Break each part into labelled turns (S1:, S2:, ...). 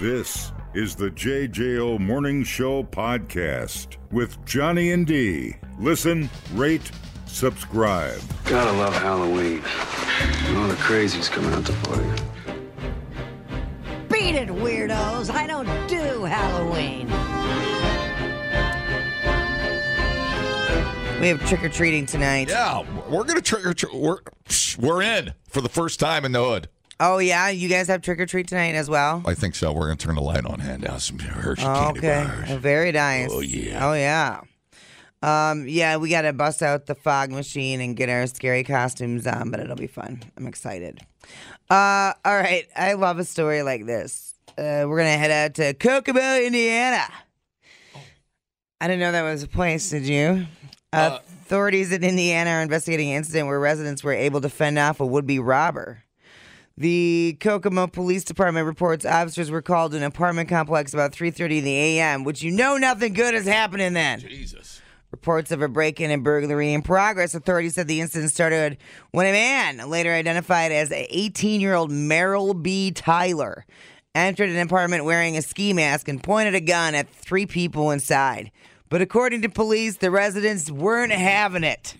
S1: This is the JJO Morning Show podcast with Johnny and D. Listen, rate, subscribe.
S2: Gotta love Halloween. And all the crazies come out to party.
S3: Beat it, weirdos. I don't do Halloween.
S4: We have trick or treating tonight.
S5: Yeah, we're gonna trick or treat. We're we're in for the first time in the hood.
S4: Oh yeah, you guys have trick or treat tonight as well.
S5: I think so. We're gonna turn the light on, hand out some Hershey Oh,
S4: Oh,
S5: candy
S4: okay,
S5: bars.
S4: very nice.
S5: Oh, yeah.
S4: Oh yeah. Um, yeah, we gotta bust out the fog machine and get our scary costumes on, but it'll be fun. I'm excited. Uh, all right, I love a story like this. Uh, we're gonna head out to Kokomo, Indiana. I didn't know that was a place. Did you?
S5: Uh,
S4: Authorities in Indiana are investigating an incident where residents were able to fend off a would-be robber. The Kokomo Police Department reports officers were called to an apartment complex about 3:30 in the a.m., which you know nothing good is happening then.
S5: Jesus.
S4: Reports of a break-in and burglary in progress. Authorities said the incident started when a man, later identified as 18-year-old Merrill B. Tyler, entered an apartment wearing a ski mask and pointed a gun at three people inside. But according to police, the residents weren't having it.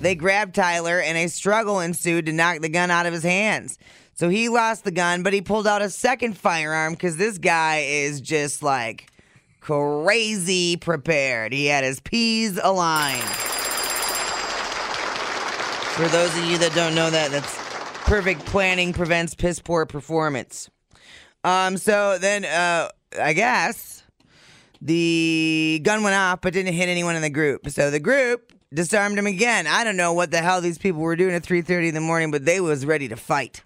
S4: They grabbed Tyler, and a struggle ensued to knock the gun out of his hands. So he lost the gun, but he pulled out a second firearm because this guy is just like crazy prepared. He had his P's aligned. For those of you that don't know that, that's perfect planning prevents piss poor performance. Um, so then, uh, I guess the gun went off but didn't hit anyone in the group. So the group disarmed him again. I don't know what the hell these people were doing at 3:30 in the morning, but they was ready to fight.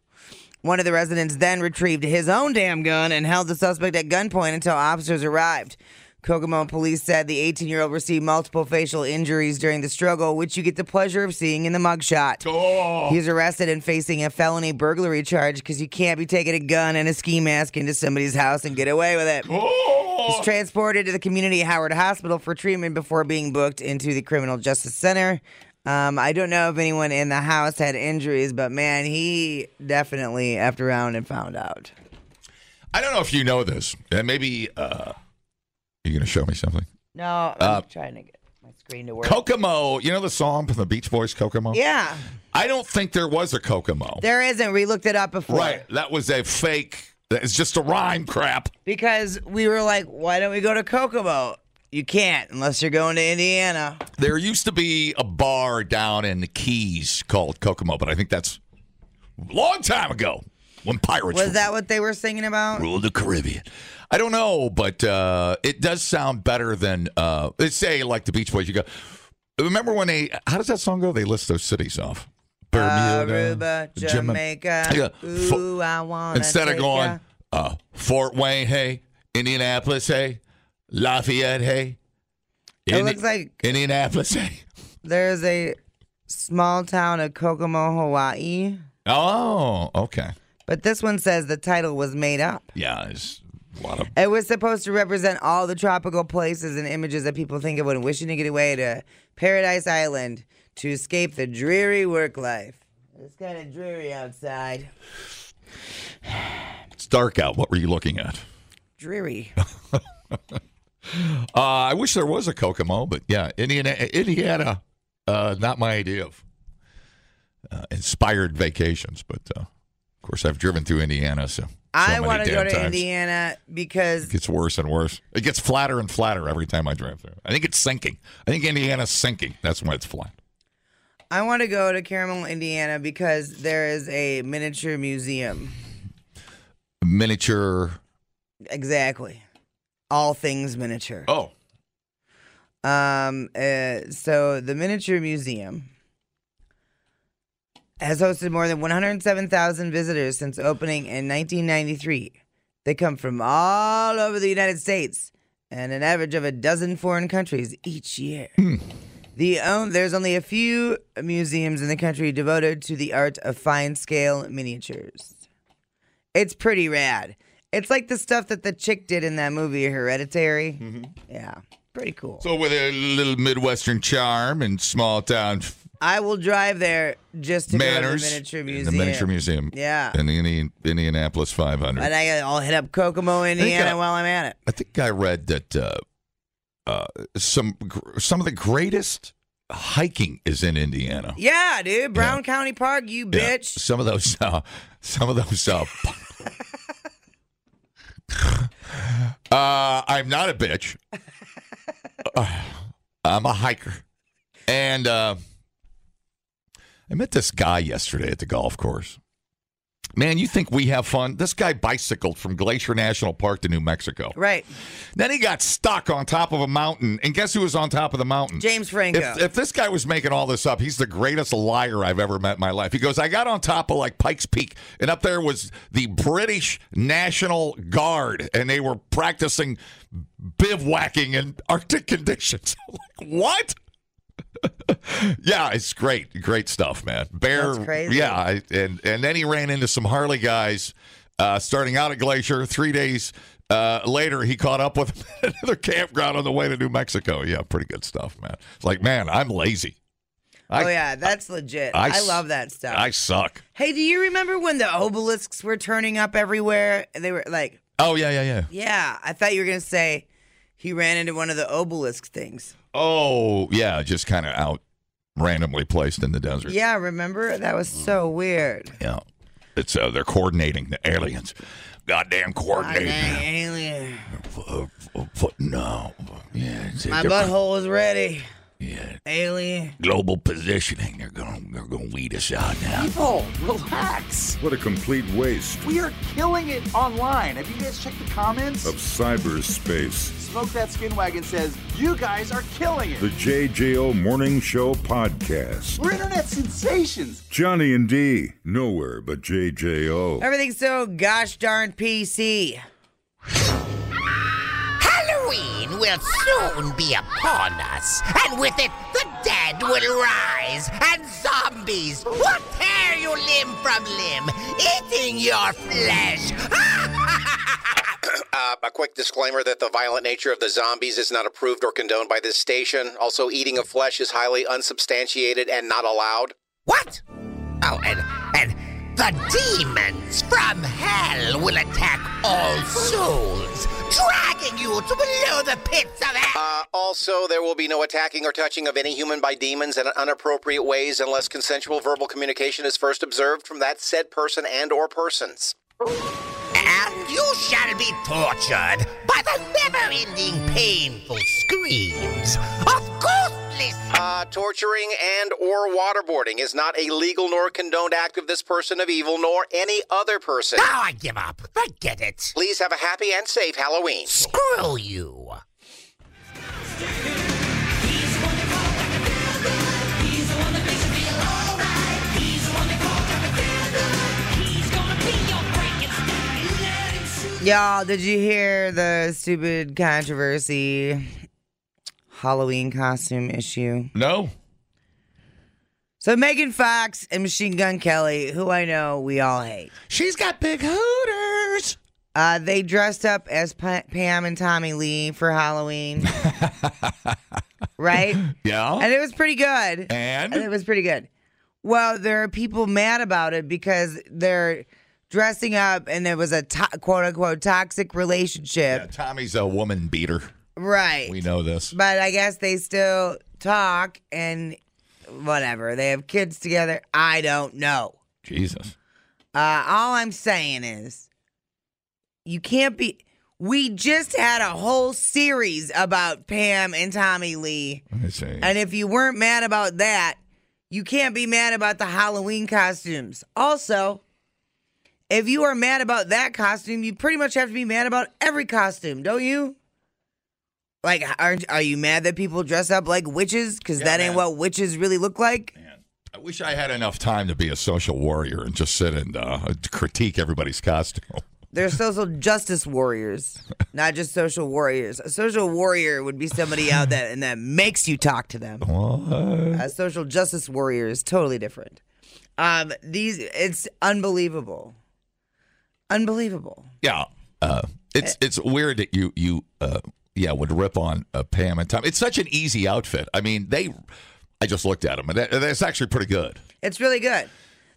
S4: One of the residents then retrieved his own damn gun and held the suspect at gunpoint until officers arrived. Kokomo police said the 18 year old received multiple facial injuries during the struggle, which you get the pleasure of seeing in the mugshot.
S5: Oh.
S4: He's arrested and facing a felony burglary charge because you can't be taking a gun and a ski mask into somebody's house and get away with it. He's transported to the community Howard Hospital for treatment before being booked into the Criminal Justice Center. Um, I don't know if anyone in the house had injuries, but man, he definitely effed around and found out.
S5: I don't know if you know this. And maybe uh, you're gonna show me something.
S4: No, I'm
S5: Uh,
S4: trying to get my screen to work.
S5: Kokomo. You know the song from the Beach Boys, Kokomo.
S4: yeah,
S5: I don't think there was a Kokomo.
S4: there isn't. We looked it up before.
S5: right. That was a fake. It's just a rhyme. Crap.
S4: Because we were like, why don't we go to Kokomo? You can't unless you're going to Indiana.
S5: There used to be a bar down in the Keys called Kokomo, but I think that's a long time ago when pirates
S4: Was
S5: were-
S4: that what they were singing about?
S5: rule of the Caribbean. I don't know, but uh, it does sound better than uh, let's say like the Beach Boys. You go. Remember when they? How does that song go? They list those cities off.
S4: Uh,
S5: Bermuda,
S4: Aruba,
S5: Jama-
S4: Jamaica.
S5: uh, Yeah. Fo-
S4: Ooh, I want
S5: Instead of going uh, Fort Wayne, hey, Indianapolis, hey, Lafayette, hey.
S4: It looks like-
S5: Indianapolis, hey.
S4: There's a small town of Kokomo, Hawaii,
S5: Oh, okay.
S4: but this one says the title was made up.
S5: Yeah, it's a lot of
S4: It was supposed to represent all the tropical places and images that people think of when wishing to get away to Paradise Island to escape the dreary work life. It's kind of dreary outside.
S5: it's dark out. What were you looking at?
S4: Dreary.
S5: Uh, I wish there was a Kokomo, but yeah, Indiana, Indiana, uh, not my idea of uh, inspired vacations. But uh, of course, I've driven through Indiana, so, so
S4: I
S5: many
S4: want to go
S5: damn
S4: to
S5: times.
S4: Indiana
S5: It
S4: because
S5: gets worse and worse. It gets flatter and flatter every time I drive through. I think it's sinking. I think Indiana's sinking. That's why it's flat.
S4: I want to go to Carmel, Indiana because there is a miniature museum.
S5: Miniature.
S4: Exactly. All things miniature.
S5: Oh,
S4: Um, uh, so the Miniature Museum has hosted more than 107,000 visitors since opening in 1993. They come from all over the United States and an average of a dozen foreign countries each year. The own, there's only a few museums in the country devoted to the art of fine scale miniatures. It's pretty rad. It's like the stuff that the chick did in that movie Hereditary. Yeah, pretty cool.
S5: so with a little midwestern charm and small town f-
S4: I will drive there just to go
S5: Manners
S4: to the miniature
S5: in
S4: museum.
S5: the miniature museum.
S4: Yeah.
S5: in the Indi- Indianapolis 500.
S4: And I, I'll hit up Kokomo, Indiana,
S5: I-
S4: while I'm at it.
S5: I think I read that uh, uh, some gr- some of the greatest hiking is in Indiana.
S4: Yeah, dude, Brown County Park, you
S5: Yeah,
S4: bitch.
S5: some of those, uh, some of those. Uh, uh, I'm not a bitch. Uh, I'm a hiker, and uh, I met this guy yesterday at the golf course. Man, you think we have fun? This guy bicycled from Glacier National Park to New Mexico.
S4: Right,
S5: Then he got stuck on top of a mountain, and guess who was on top of the mountain?
S4: James Franco.
S5: If, if this guy was making all this up, he's the greatest liar I've ever met in my life. He goes, I got on top of like Pikes Peak, and up there was the British National Guard, and they were practicing bivouacking in Arctic conditions. like, what? yeah, it's great, great stuff, man. Bear,
S4: That's crazy.
S5: yeah, I, and and then he ran into some Harley guys, uh, starting out at Glacier. Three days uh, later, he caught up with them at another campground on the way to New Mexico. Yeah, pretty good stuff, man. It's like, man, I'm lazy. I,
S4: oh yeah, that's legit.
S5: I
S4: I,
S5: s-
S4: love that stuff.
S5: I suck.
S4: hey, do you remember when the obelisks were turning up everywhere? They were like,
S5: Oh yeah, yeah, yeah.
S4: yeah. I thought you were gonna say he ran into one of the obelisk things.
S5: Oh yeah, just kind of out randomly placed in the desert.
S4: Yeah, remember that was so weird.
S5: Yeah. It's uh, they're coordinating the aliens. Goddamn coordinating.
S4: Alien.
S5: Uh, uh, foot- no. Yeah, it's a
S4: My
S5: different-
S4: butthole is ready.
S5: yeah,
S4: Alien.
S5: global positioning. They're going. to They're going to weed us out now.
S6: People, relax.
S1: What a complete waste
S6: We are killing it online. Have you guys checked the comments?
S1: of cyberspace.
S6: Smoke That Skin Wagon says, You guys are killing
S1: The
S6: it.
S1: JJO Morning Show Podcast.
S6: We're internet sensations.
S1: Johnny and D, nowhere but JJO.
S4: Everything's so gosh darn PC.
S7: Halloween will soon be upon us, and with it, the dead will rise, and zombies will tear you limb from limb, eating your flesh.
S8: Uh, a quick disclaimer that the violent nature of the zombies is not approved or condoned by this station. Also, eating of flesh is highly unsubstantiated and not allowed.
S7: what? Oh, and and the demons from hell will attack all souls, dragging you to below the pits of hell.
S8: Uh, also, there will be no attacking or touching of any human by demons in inappropriate ways unless consensual verbal communication is first observed from that said person and or persons.
S7: And you shall be tortured by the never-ending painful screams of ghostly
S8: Uh, torturing and or waterboarding is not a legal nor condoned act of this person of evil nor any other person.
S7: Now I give up. Forget it.
S8: Please have a happy and safe Halloween.
S7: Screw you.
S4: Y'all, did you hear the stupid controversy Halloween costume issue?
S5: No.
S4: So Megan Fox and Machine Gun Kelly, who I know we all hate,
S5: She's got big hooters.
S4: uh, they dressed up as pa- Pam and Tommy Lee for Halloween, right?
S5: Yeah.
S4: And it was pretty good.
S5: And,
S4: And it was pretty good. Well, there are people mad about it because they're dressing up, and there was a to- quote unquote toxic
S5: Yeah,
S4: relationship,
S5: Tommy's a woman beater.
S4: right?
S5: We know this.
S4: But I guess they still talk and whatever. They have kids together. I don't know.
S5: Jesus.
S4: Uh, all I'm saying is, you can't be. We just had a whole series about Pam and Tommy Lee.
S5: I see.
S4: And if you weren't mad about that, you can't be mad about the Halloween costumes. Also, if you are mad about that costume, you pretty much have to be mad about every costume, don't you? Like, are, are you mad that people dress up like witches? Because that ain't
S5: man.
S4: what witches really look like.
S5: I wish I had enough time to be a social warrior and just sit and uh, critique everybody's costume.
S4: They're social justice warriors, not just social warriors. A social warrior would be somebody out that and that makes you talk to them. A social justice warrior is totally different. Um, these it's unbelievable, unbelievable.
S5: Yeah. Uh, it's it's weird that you you uh, yeah would rip on uh, Pam and Tom. It's such an easy outfit. I mean, they I just looked at them, and that, that's actually pretty good.
S4: It's really good.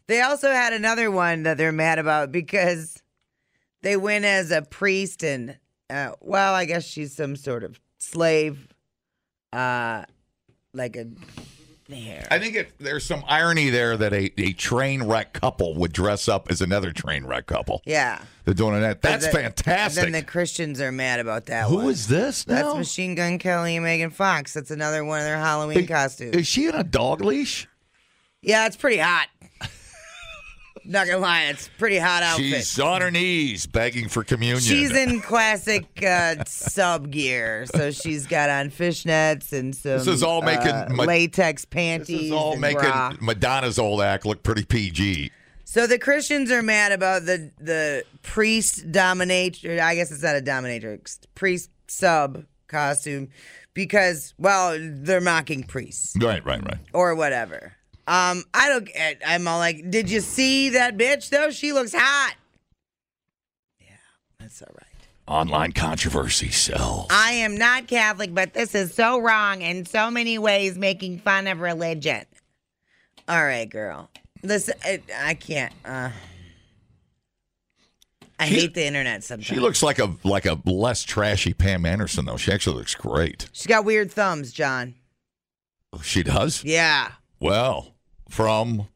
S4: They also had another one that they're mad about because they went as a priest and uh, well, I guess she's some sort of slave, uh, like a there.
S5: I think it, there's some irony there that a, a train wreck couple would dress up as another train wreck couple.
S4: Yeah,
S5: They're doing that. That's
S4: The-
S5: fantastic.
S4: And then the Christians are mad about that.
S5: Who
S4: one.
S5: is this
S4: That's
S5: now?
S4: Machine Gun Kelly and Megan Fox. That's another one of their Halloween
S5: Is-
S4: costumes.
S5: Is she in a dog leash?
S4: yeah, it's pretty hot. Not gonna lie, it's a pretty hot outfit.
S5: She's on her knees begging for communion.
S4: She's in classic uh, sub gear, so she's got on fishnets and some.
S5: is all making
S4: uh,
S5: my-
S4: latex panties.
S5: This is all
S4: and
S5: making
S4: bra.
S5: Madonna's old act look pretty PG.
S4: So the Christians are mad about the the priest dominator. I guess it's not a dominatrix priest sub costume because well they're mocking priests
S5: Right, right, right.
S4: or whatever. Um, I don't. get- I'm all like, did you see that bitch though? She looks hot. Yeah, that's all right.
S5: Online controversy sells.
S4: I am not Catholic, but this is so wrong in so many ways, making fun of religion. All right, girl. Listen, I, I can't. Uh, I
S5: She-
S4: hate the internet sometimes.
S5: She looks like a like a less trashy Pam Anderson though. She actually looks great.
S4: She's got weird thumbs, John.
S5: She does.
S4: Yeah,
S5: Well, from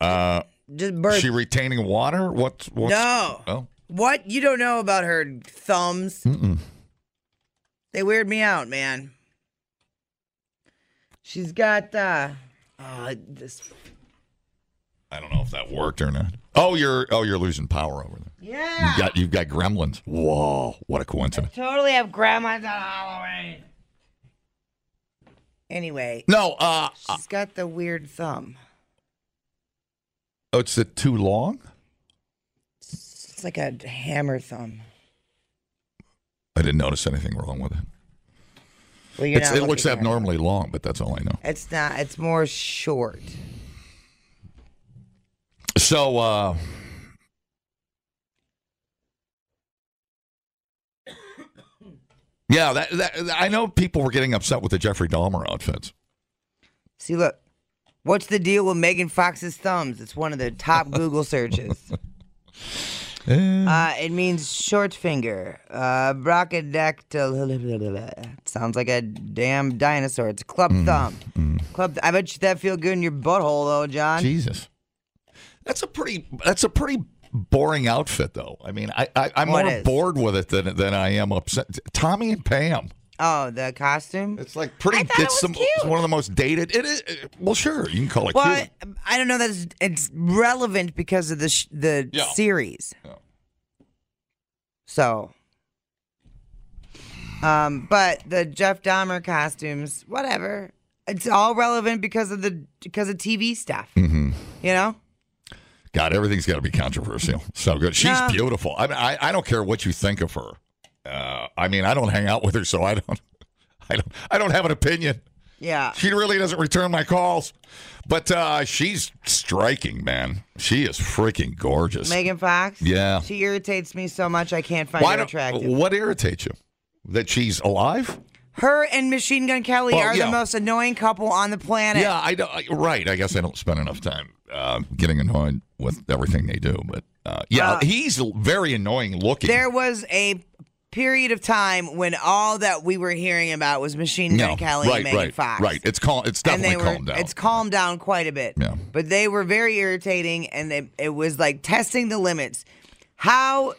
S5: uh,
S4: just
S5: is
S4: birth.
S5: she retaining water? What's what's
S4: no,
S5: Oh,
S4: what you don't know about her thumbs? They weird me out, man. She's got uh, oh, this.
S5: I don't know if that worked or not. Oh, you're oh you're losing power over there.
S4: Yeah,
S5: You got you've got gremlins. Whoa, what a coincidence.
S4: totally have grandmas on Halloween. Anyway,
S5: No, uh, uh,
S4: she's got the weird thumb.
S5: oh, it's it too long?
S4: It's like a hammer thumb.
S5: I didn't notice anything wrong with it.
S4: Well, you're
S5: It's,
S4: not
S5: it looks
S4: looking at
S5: abnormally long, but that's all I know.
S4: It's not. It's more short.
S5: So, uh, yeah, that, that I know people were getting upset with the Jeffrey Dahmer outfits.
S4: See, look. What's the deal with Megan Fox's thumbs? It's one of the top Google searches.
S5: Eh.
S4: Uh, it means short finger. Uh, brachydactyl. Sounds like a damn dinosaur. It's a club
S5: Mm,
S4: thumb. Club. I bet you that feel good in your butthole, though, John.
S5: Jesus, that's a pretty that's a pretty boring outfit, though. I mean, I, I I'm
S4: What
S5: more
S4: Oh, is?
S5: bored with it than than I am upset. Tommy and Pam.
S4: Oh, the costume.
S5: It's like pretty.
S4: I thought it
S5: it's
S4: was
S5: some-
S4: cute.
S5: it's one of the most dated. It is. Well, sure, you can call it
S4: Well,
S5: cute.
S4: I don't know that it's, it's relevant because of the sh- the
S5: Yeah.
S4: series.
S5: Yeah.
S4: So, um, but the Jeff Dahmer costumes, whatever. It's all relevant because of the because of TV stuff.
S5: Mm-hmm.
S4: You know.
S5: God, everything's got to be controversial. So good. She's
S4: No.
S5: beautiful. I, mean, I I don't care what you think of her. Uh, I mean, I don't hang out with her, so I don't. I don't. I don't have an opinion.
S4: Yeah.
S5: She really doesn't return my calls, but uh, she's striking, man. She is freaking gorgeous.
S4: Megan Fox.
S5: Yeah.
S4: She irritates me so much I can't find her
S5: don't-
S4: attractive.
S5: What irritates you? That she's alive?
S4: her and Machine Gun Kelly
S5: Well,
S4: are
S5: yeah.
S4: the most annoying couple on the planet.
S5: Yeah, I don't. I- Right. I guess I don't spend enough time uh, getting annoyed with everything they do, but uh, yeah,
S4: Uh,
S5: he's very annoying looking.
S4: There was a period of time when all that we were hearing about was Machine Gun
S5: No,
S4: Kelly
S5: right,
S4: and Megan
S5: right,
S4: Fox.
S5: right. It's calm. It's
S4: And
S5: definitely
S4: they were,
S5: calmed down.
S4: It's calmed down quite a bit.
S5: Yeah.
S4: But they were very irritating, and they, it was like testing the limits. How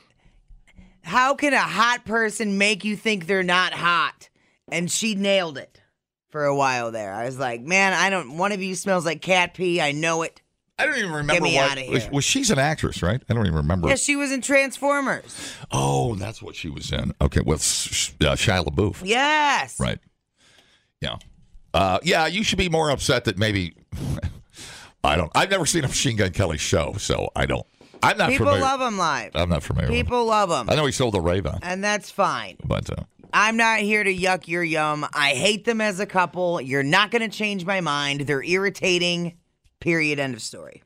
S4: how can a hot person make you think they're not hot? And she nailed it for a while there. I was like, man, I don't. One of you smells like cat pee. I know it.
S5: I don't even remember.
S4: me
S5: what,
S4: outta here.
S5: was- Was she's an actress, right? I don't even remember.
S4: Yeah, she was in Transformers.
S5: oh, that's what she was in. Okay, with Sh- uh, Shia LaBeouf.
S4: Yes.
S5: Right. Yeah. Uh, yeah. You should be more upset that maybe I don't. I've never seen a Machine Gun Kelly show, so I don't. I'm not
S4: People
S5: familiar.
S4: love him live.
S5: I'm not familiar. with
S4: People love
S5: I
S4: them,
S5: know he sold the Raven,
S4: and that's fine.
S5: but uh,
S4: I'm not here to yuck your yum. I hate them as a couple. You're not going to change my mind. They're irritating. Period. End of story.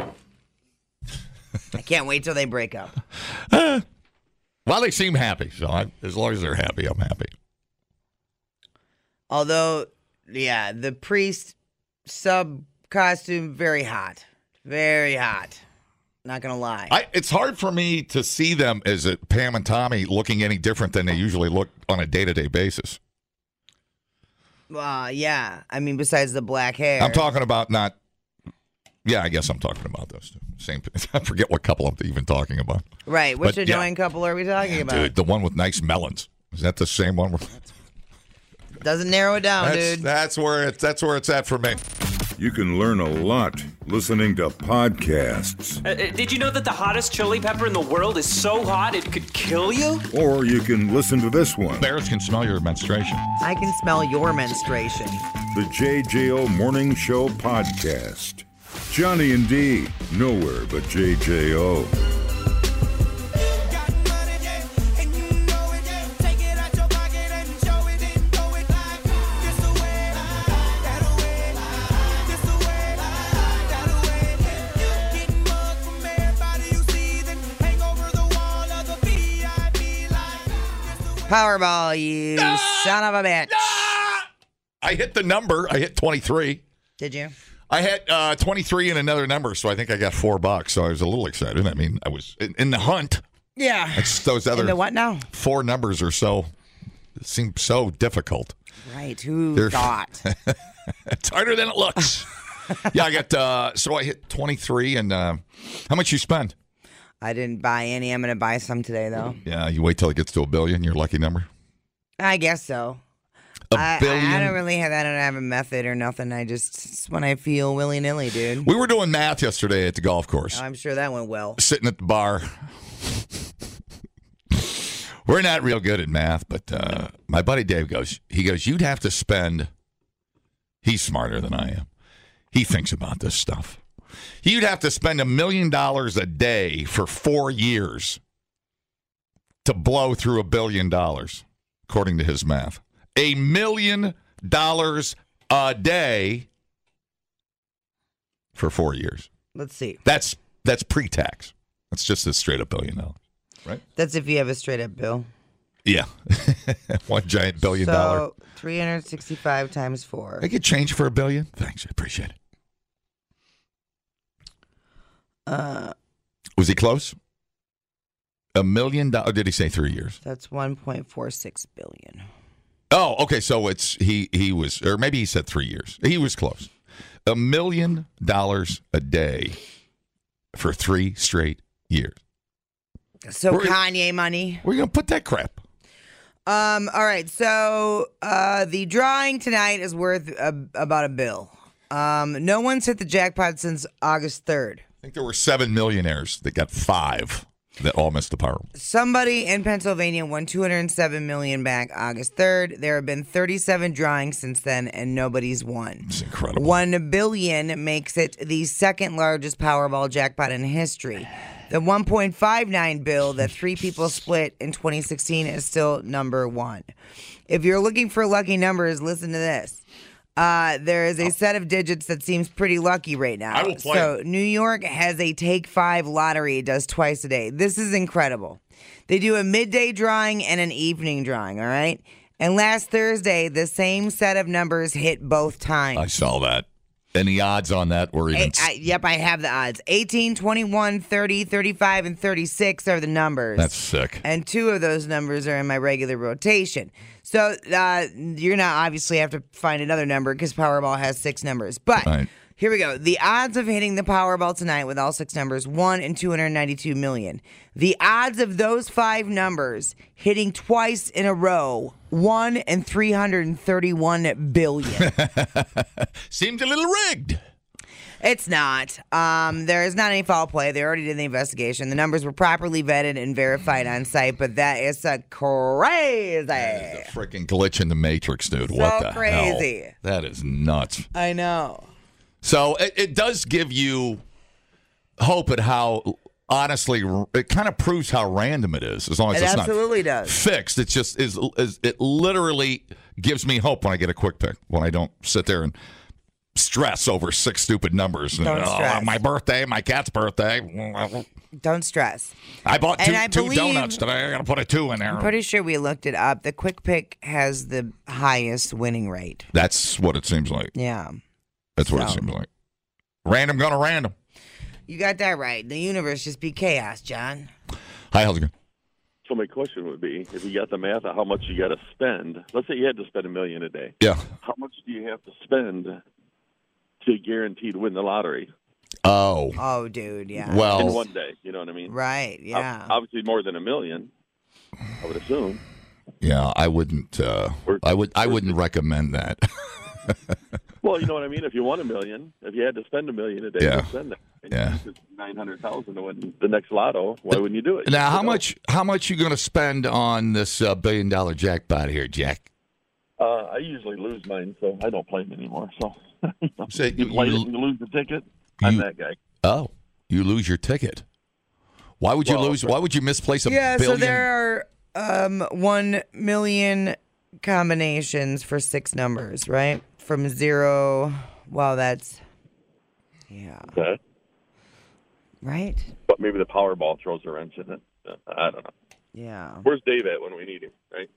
S4: I can't wait till they break up.
S5: well, they seem happy. So I, as long as they're happy, I'm happy.
S4: Although yeah, the priest sub costume very hot, very hot. Not gonna lie.
S5: I, it's hard for me to see them as a, Pam and Tommy looking any different than they usually look on a day to day basis.
S4: Well, Uh, yeah. I mean, besides the black hair.
S5: I'm talking about not. Yeah, I guess I'm talking about those two. Same. I forget what couple I'm even talking about.
S4: Right. Which
S5: but, yeah.
S4: annoying couple are we talking about?
S5: Dude, the one with nice melons. Is that the same one? We're,
S4: Doesn't narrow it down,
S5: that's,
S4: Oh, dude.
S5: that's where it's that's where it's at for me.
S1: You can learn a lot listening to podcasts,
S9: Uh, uh, did you know that the hottest chili pepper in the world is so hot it could kill you?
S1: or you can listen to this one.
S5: Bears can smell your menstruation.
S4: I can smell your menstruation.
S1: The JJO Morning Show Podcast. Johnny and D, nowhere but JJO.
S4: Powerball, you son of a bitch.
S5: I hit the number. I hit 23.
S4: Did you?
S5: I had uh, 23 and another number, so I think I got four bucks. So I was a little excited. I mean, I was in, in the hunt.
S4: Yeah.
S5: It's those other
S4: In the what now?
S5: four numbers or so seem so difficult.
S4: Right. Who
S5: They're-
S4: thought?
S5: It's harder than it looks. yeah, I got uh, so I hit 23 and uh, how much you spend?
S4: I didn't buy any. I'm gonna buy some today though.
S5: Yeah, you wait till it gets to a billion, your lucky number.
S4: I guess so.
S5: A
S4: I,
S5: billion.
S4: I don't really have. I don't have a method or nothing. I just it's when I feel willy nilly, dude.
S5: we were doing math yesterday at the golf course.
S4: I'm sure that went well.
S5: sitting at the bar. We're not real good at math, but uh, my buddy Dave goes, he goes, you'd have to spend, he's smarter than I am. He thinks about this stuff. You'd have to spend a million dollars a day for four years to blow through a billion dollars, according to his math. A million dollars a day for four years.
S4: Let's see.
S5: That's that's pre-tax. That's just a straight up billion dollars.
S4: That's if you have a straight up bill.
S5: Yeah, one giant billion
S4: so,
S5: dollar.
S4: 365 times 4.
S5: I could change for a billion. Thanks, I appreciate it.
S4: Uh,
S5: Was he close? A million dollars? Did he say three years?
S4: that's 1.46 billion.
S5: Oh, okay. So it's he he was, or maybe he said three years. He was close. A million dollars a day for three straight years.
S4: So
S5: We're-
S4: Kanye money.
S5: We're gonna put that crap.
S4: Um all right. So uh the drawing tonight is worth a, about a bill. Um no one's hit the jackpot since August 3rd.
S5: I think there were seven millionaires that got five that all missed the Powerball.
S4: Somebody in Pennsylvania won 207 million back August 3rd. There have been 37 drawings since then and nobody's won.
S5: It's incredible.
S4: 1 billion makes it the second largest Powerball jackpot in history. The 1.59 bill that three people split in 2016 is still number 1. If you're looking for lucky numbers, listen to this. Uh, there is a set of digits that seems pretty lucky right now.
S5: Oh. I will play
S4: So New York has a Take Five lottery. It does twice a day. This is incredible. They do a midday drawing and an evening drawing. All right. And last Thursday, the same set of numbers hit both times.
S5: I saw that. And the odds on that were even.
S4: Eight- I, yep, I have the odds. 18, 21, 30, 35, and 36 are the numbers.
S5: that's sick.
S4: and two of those numbers are in my regular rotation. So uh, you're not obviously have to find another number because Powerball has six numbers. But
S5: Right.
S4: here we go. The odds of hitting the Powerball tonight with all six numbers one in 292 million. The odds of those five numbers hitting twice in a row one in 331 billion.
S5: Seems a little rigged.
S4: It's not. Um, there is not any foul play. They already did the investigation. The numbers were properly vetted and verified on site, but that is a crazy.
S5: The freaking glitch in the matrix, dude. what the
S4: crazy.
S5: hell? That is nuts.
S4: I know.
S5: So it, it does give you hope at how honestly r- it kind of proves how random it is. As long as
S4: It
S5: it's
S4: absolutely
S5: not
S4: does.
S5: fixed, it just is, is. It literally gives me hope when I get a quick pick. When I don't sit there and stress over six stupid numbers.
S4: Don't
S5: Oh,
S4: stress.
S5: my birthday, my cat's birthday.
S4: Don't stress.
S5: I bought
S4: And
S5: two,
S4: I
S5: two
S4: believe-
S5: donuts today. I gotta put a two in there.
S4: I'm pretty sure we looked it up. The quick pick has the highest winning rate.
S5: That's what it seems like.
S4: Yeah.
S5: That's what it
S4: So-
S5: seems like. Random gonna random.
S4: You got that right. The universe just be chaos, John.
S5: Hi, how's it going?
S10: So my question would be, if you got the math of how much you got to spend, let's say you had to spend a million a day,
S5: Yeah.
S10: how much do you have to spend to guarantee to win the lottery
S5: Oh.
S4: Oh, dude, yeah.
S10: in
S5: Well,
S10: one day? You know what I mean?
S4: right,
S10: Ob-
S4: yeah.
S10: Obviously more than a million, I would assume.
S5: yeah, I wouldn't uh I would I wouldn't recommend that.
S10: Well, you know what I mean. If you won a million, if you had to spend a million a day
S5: Yeah.
S10: to spend it, and
S5: Yeah.
S10: nine hundred thousand to win the next lotto, why wouldn't you do it?
S5: now,
S10: You
S5: how
S10: know?
S5: much how much you gonna spend on this uh, billion dollar jackpot here, Jack?
S10: Uh, I usually lose mine, so I don't play them anymore. So,
S5: So
S10: you,
S5: you-
S10: play it and you lose the ticket. I'm that guy.
S5: Oh, you lose your ticket. Why would you
S10: Well,
S5: lose? Why would you misplace a
S4: yeah,
S5: billion?
S4: so there are um 1 million combinations for six numbers, right? From 0 Wow, that's Yeah,
S10: Okay.
S4: right?
S10: But maybe the Powerball throws a wrench in it. Uh, I don't know.
S4: Yeah.
S10: Where's Dave at when we need him? Right?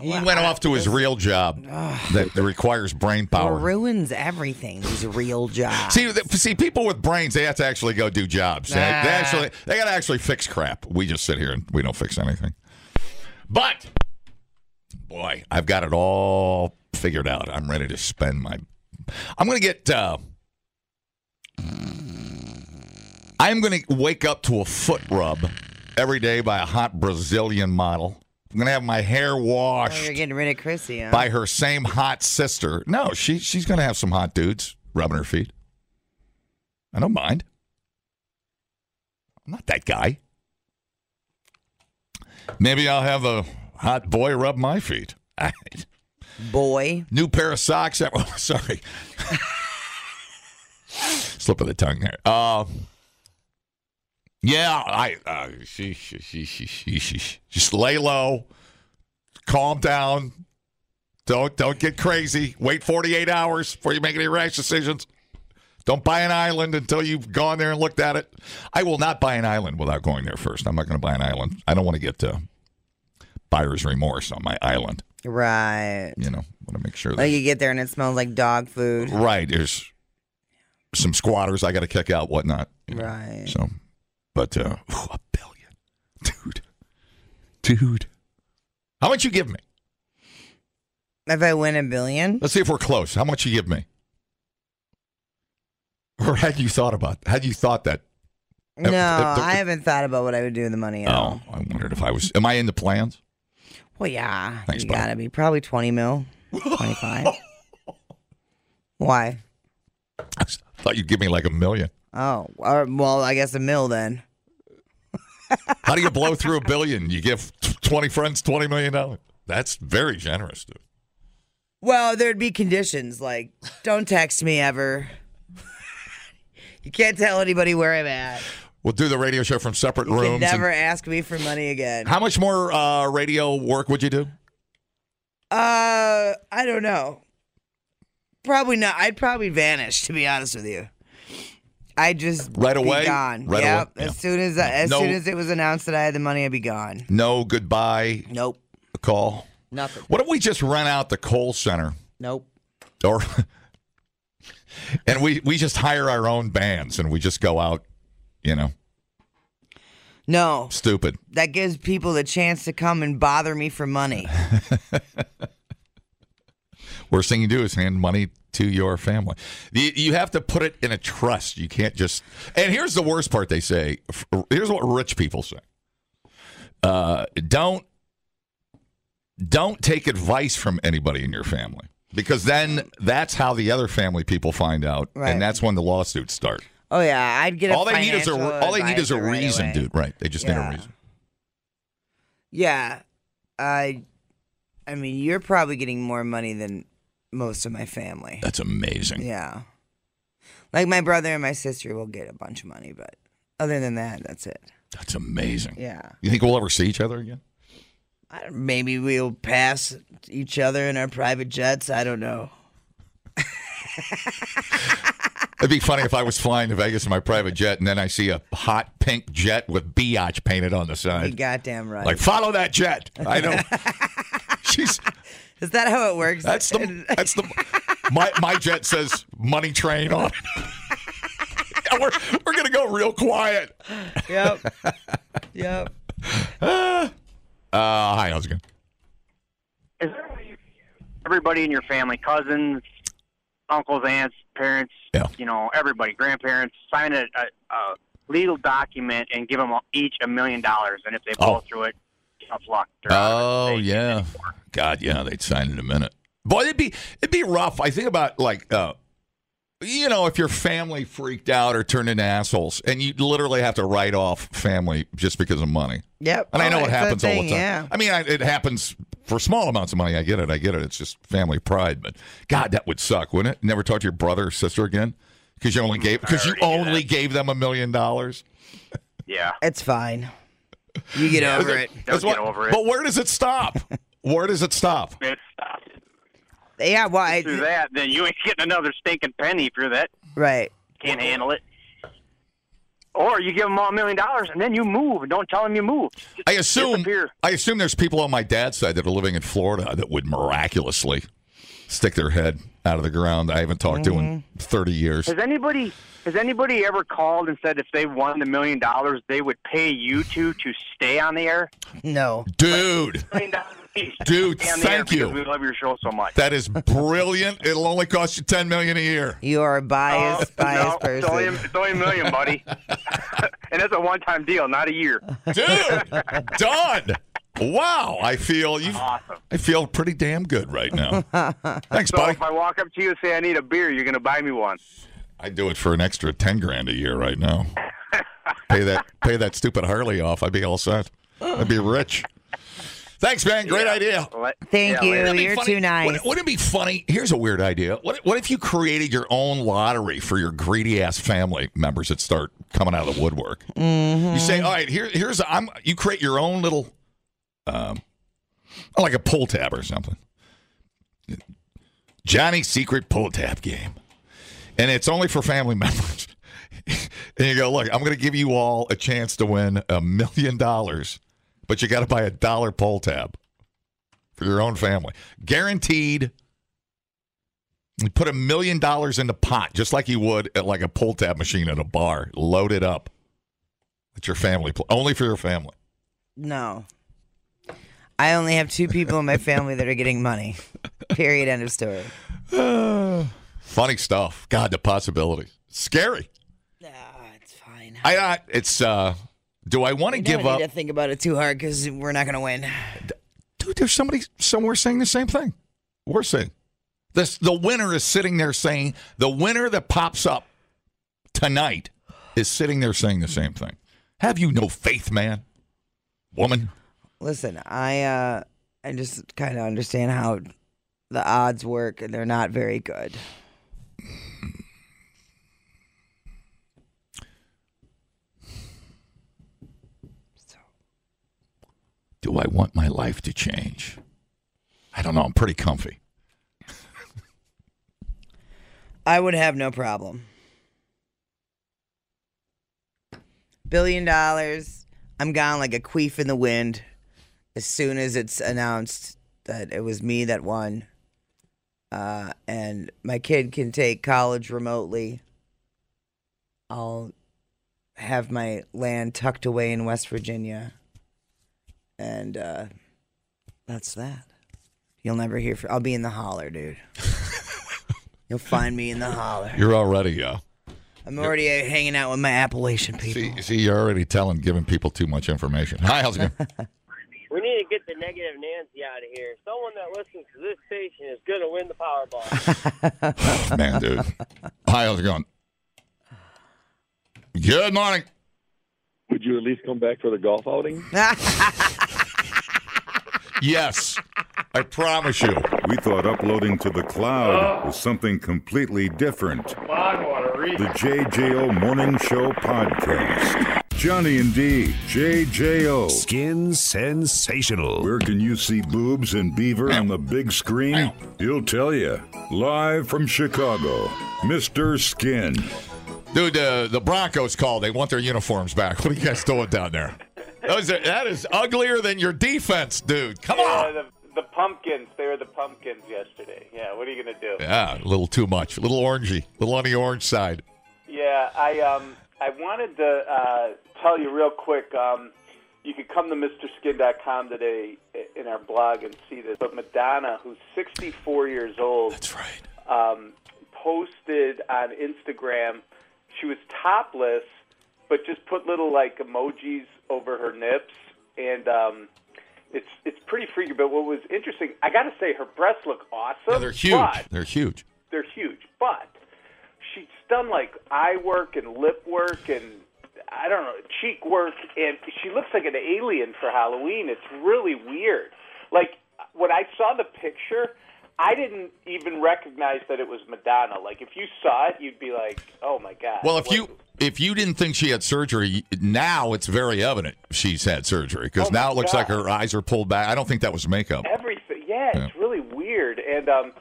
S5: he went off to his real job that that requires brain power.
S4: Ruins everything. These real jobs.
S5: See, th- see, people with brains, they have to actually go do jobs. They, they
S4: Nah.
S5: actually, they got to actually fix crap. We just sit here and we don't fix anything. But, boy, I've got it all figured out. I'm ready to spend my. I'm going to get. Uh, I'm going to wake up to a foot rub every day by a hot Brazilian model. I'm going to have my hair washed
S4: Oh, you're getting rid of Chrissy. Huh?
S5: by her same hot sister. No, she she's gonna have some hot dudes rubbing her feet. I don't mind. I'm not that guy. Maybe I'll have a hot boy rub my feet.
S4: Boy.
S5: New pair of socks. That, oh, sorry. Slip of the tongue there. Uh, yeah, I uh, she, she, she, she, she, she, just lay low, calm down. Don't don't get crazy. Wait 48 hours before you make any rash decisions. Don't buy an island until you've gone there and looked at it. I will not buy an island without going there first. I'm not going to buy an island. I don't want to get uh, buyer's remorse on my island.
S4: Right.
S5: You know, want to make sure. that.
S4: Like you get there and it smells like dog food.
S5: Right. There's some squatters I got to kick out, whatnot. you know.
S4: Right.
S5: So, but uh, ooh, a billion, dude, dude. How much you give me?
S4: If I win a billion,
S5: Let's see if we're close. How much you give me? Or had you thought about? Had you thought that?
S4: no,
S5: if- if the-
S4: I haven't thought about what I would do with the money. At all.
S5: Oh, I wondered if I was. Am I in the plans?
S4: Well, yeah,
S5: Thanks,
S4: you
S5: bud.
S4: gotta be probably twenty mil, twenty five. Why?
S5: I thought you'd give me like a million.
S4: Oh, or, well, I guess a mil then.
S5: How do you blow through a billion? You give tw- twenty friends twenty million dollars. That's very generous, dude.
S4: Well, there'd be conditions like don't text me ever. you can't tell anybody where I'm at.
S5: We'll do the radio show from separate
S4: You
S5: rooms.
S4: can
S5: and-
S4: never ask me for money again.
S5: How much more uh, radio work would you do?
S4: Uh, I don't know. Probably not. I'd probably vanish to be honest with you. I'd just
S5: Right
S4: be
S5: away?
S4: gone.
S5: Right
S4: yep.
S5: away,
S4: As
S5: yeah.
S4: soon as I, as
S5: No.
S4: soon as it was announced that I had the money, I'd be gone.
S5: No goodbye
S4: Nope.
S5: call.
S4: Nothing.
S5: What if we just rent out the coal center,
S4: Nope.
S5: or and we we just hire our own bands and we just go out, you know,
S4: No.
S5: stupid.
S4: That gives people the chance to come and bother me for money.
S5: Worst thing you do is hand money to your family. You, you have to put it in a trust. You can't just. And here's the worst part they say. F- Here's what rich people say. Uh, don't don't take advice from anybody in your family because then that's how the other family people find out,
S4: Right.
S5: and that's when the lawsuits start.
S4: Oh yeah, I'd get. A
S5: all they need is a
S4: financial
S5: all they need is a
S4: advisor right
S5: reason,
S4: away.
S5: dude. Right? They just need
S4: Yeah.
S5: a reason.
S4: Yeah, I. I mean, you're probably getting more money than most of my family.
S5: That's amazing.
S4: Yeah. Like my brother and my sister will get a bunch of money, but other than that, that's it.
S5: That's amazing.
S4: Yeah.
S5: You think we'll ever see each other again?
S4: I don't- maybe we'll pass each other in our private jets. I don't know.
S5: It'd be funny if I was flying to Vegas in my private jet and then I see a hot pink jet with biatch painted on the
S4: You
S5: side.
S4: goddamn right.
S5: Like, follow that jet. I know. She's
S4: Is that how it works?
S5: that's the that's the my my jet says money train on it. Yeah, we're we're gonna go real quiet.
S4: yep. Yep.
S5: Ah. Uh, hi, how's it going?
S11: everybody in your family, cousins, uncles, aunts, parents,
S5: Yeah.
S11: you know, everybody, grandparents, sign a, a, a legal document and give them each a million dollars. And if they blow
S5: Oh.
S11: through it, tough luck.
S10: Uh.
S11: They're out of it.
S5: Oh yeah, God yeah, they'd sign in a minute. Boy, it'd be it'd be rough. I think about like uh, you know, if your family freaked out or turned into assholes, and you literally have to write off family just because of money.
S4: Yep.
S5: And I
S4: Oh,
S5: know it
S4: that's
S5: happens all
S4: thing,
S5: the time.
S4: Yeah.
S5: I mean, I, it happens for small amounts of money. I get it. I get it. It's just family pride. But God, that would suck, wouldn't it? Never talk to your brother or sister again because you only gave because you only gave them a million dollars.
S11: Yeah.
S4: It's fine. You get over it.
S11: Don't
S5: That's
S11: get over it.
S5: But where does it stop? where does it stop?
S11: If
S4: Yeah. Well, I,
S11: through that, then you ain't getting another stinking penny if you're that.
S4: right.
S11: Can't handle it. Or you give them all a million dollars and then you move and don't tell them you moved. Just
S5: I assume
S11: disappear.
S5: I assume there's people on my dad's side that are living in Florida that would miraculously stick their head out of the ground. I haven't talked to in 30 years.
S11: Has anybody has anybody ever called and said if they won the million dollars they would pay you two to stay on the air?
S4: No.
S5: Dude,
S11: Million dollars each.
S5: Dude,
S11: Stay on the air
S5: thank you.
S11: because We love your show so much.
S5: that is brilliant. It'll only cost you 10 million a year.
S4: You are a
S11: Oh,
S4: biased,
S11: no,
S4: biased
S11: it's only,
S4: person.
S11: it's only a million, buddy. and that's a one-time deal, not a year.
S5: Dude, done. Wow, I feel you.
S11: Awesome.
S5: I feel pretty damn good right now. Thanks,
S11: So
S5: buddy.
S11: if I walk up to you and say I need a beer, you're going to buy me one.
S5: I'd do it for an extra 10 grand a year right now. pay that pay that stupid Harley off. I'd be all set. I'd be rich. Thanks, man. Great idea.
S11: Let-
S4: Thank
S11: yeah,
S4: you.
S11: later.
S5: Wouldn't it be
S4: You're
S5: funny-
S4: too nice.
S5: Wouldn't, wouldn't it be funny? Here's a weird idea. What, what if you created your own lottery for your greedy ass family members that start coming out of the woodwork? You say,
S4: Mm-hmm.
S5: all right, here, here's a, I'm. You create your own little, um, like a pull tab or something. Johnny's secret pull tab game, and it's only for family members. and you go, look, I'm going to give you all a chance to win a million dollars, but you got to buy a dollar pull tab for your own family. Guaranteed. You put a million dollars in the pot, just like you would at like a pull tab machine at a bar. Load it up. It's your family, pl- only for your family.
S4: No. I only have two people in my family that are getting money. Period. End of story.
S5: Funny stuff. God, the possibilities. Scary.
S4: Ah, it's fine.
S5: I, I it's uh do I want to
S4: I
S5: give
S4: don't
S5: up?
S4: need to think about it too hard because we're not going to win.
S5: Dude, there's somebody somewhere saying the same thing. We're saying this the winner is sitting there saying the winner that pops up tonight is sitting there saying the same thing. Have you no faith, man? Woman?
S4: Listen, I uh, I just kind of understand how the odds work, and they're not very good.
S5: Do I want my life to change? I don't know. I'm pretty comfy.
S4: I would have no problem. Billion dollars. I'm gone like a queef in the wind as soon as it's announced that it was me that won. Uh, and my kid can take college remotely. I'll have my land tucked away in West Virginia. And uh, that's that. You'll never hear from I'll be in the holler, dude. You'll find me in the holler.
S5: You're already uh
S4: I'm already uh, hanging out with my Appalachian people.
S5: see see you're already telling giving people too much information. Hi, how's it going?
S12: We need to get the negative Nancy out of here. Someone that listens to this station is going to win the Powerball.
S5: Man, dude. Hi, how's it going? Good morning.
S10: Would you at least come back for the golf outing?
S5: Yes. I promise you.
S1: We thought uploading to the cloud was something completely different. The JJO Morning Show podcast. Johnny and D, JJO. Skin sensational. Where can you see boobs and beaver on the big screen? He'll tell you. Live from Chicago, Mr. Skin.
S5: Dude, uh, the Broncos called. They want their uniforms back. What are you guys doing down there? Those are, that is uglier than your defense, dude. Come
S13: Yeah,
S5: on.
S13: The, the pumpkins. They were the pumpkins yesterday. Yeah. What are you gonna do?
S5: Yeah, a little too much. A little orangey. A little on the orange side.
S13: Yeah, I um I wanted to uh, tell you real quick. Um, you could come to MrSkin.com today i- in our blog and see this. But Madonna, who's 64 years old, that's right, um, posted on Instagram. She was topless, but just put little like emojis over her nips, and um, it's it's pretty freaky. But what was interesting, I got to say, her breasts look awesome.
S5: Yeah, they're huge.
S13: but-
S5: They're huge.
S13: they're huge. But she's done like eye work and lip work and I don't know cheek work, and she looks like an alien for Halloween. It's really weird. Like when I saw the picture, I didn't even recognize that it was Madonna. Like if you saw it, you'd be like, "Oh my god!"
S5: Well, if
S13: What-
S5: you if you didn't think she had surgery, now it's very evident she's had surgery because now it looks like her eyes are pulled back. I don't think that was makeup.
S13: Everything. Oh Yeah, it's really weird. And um,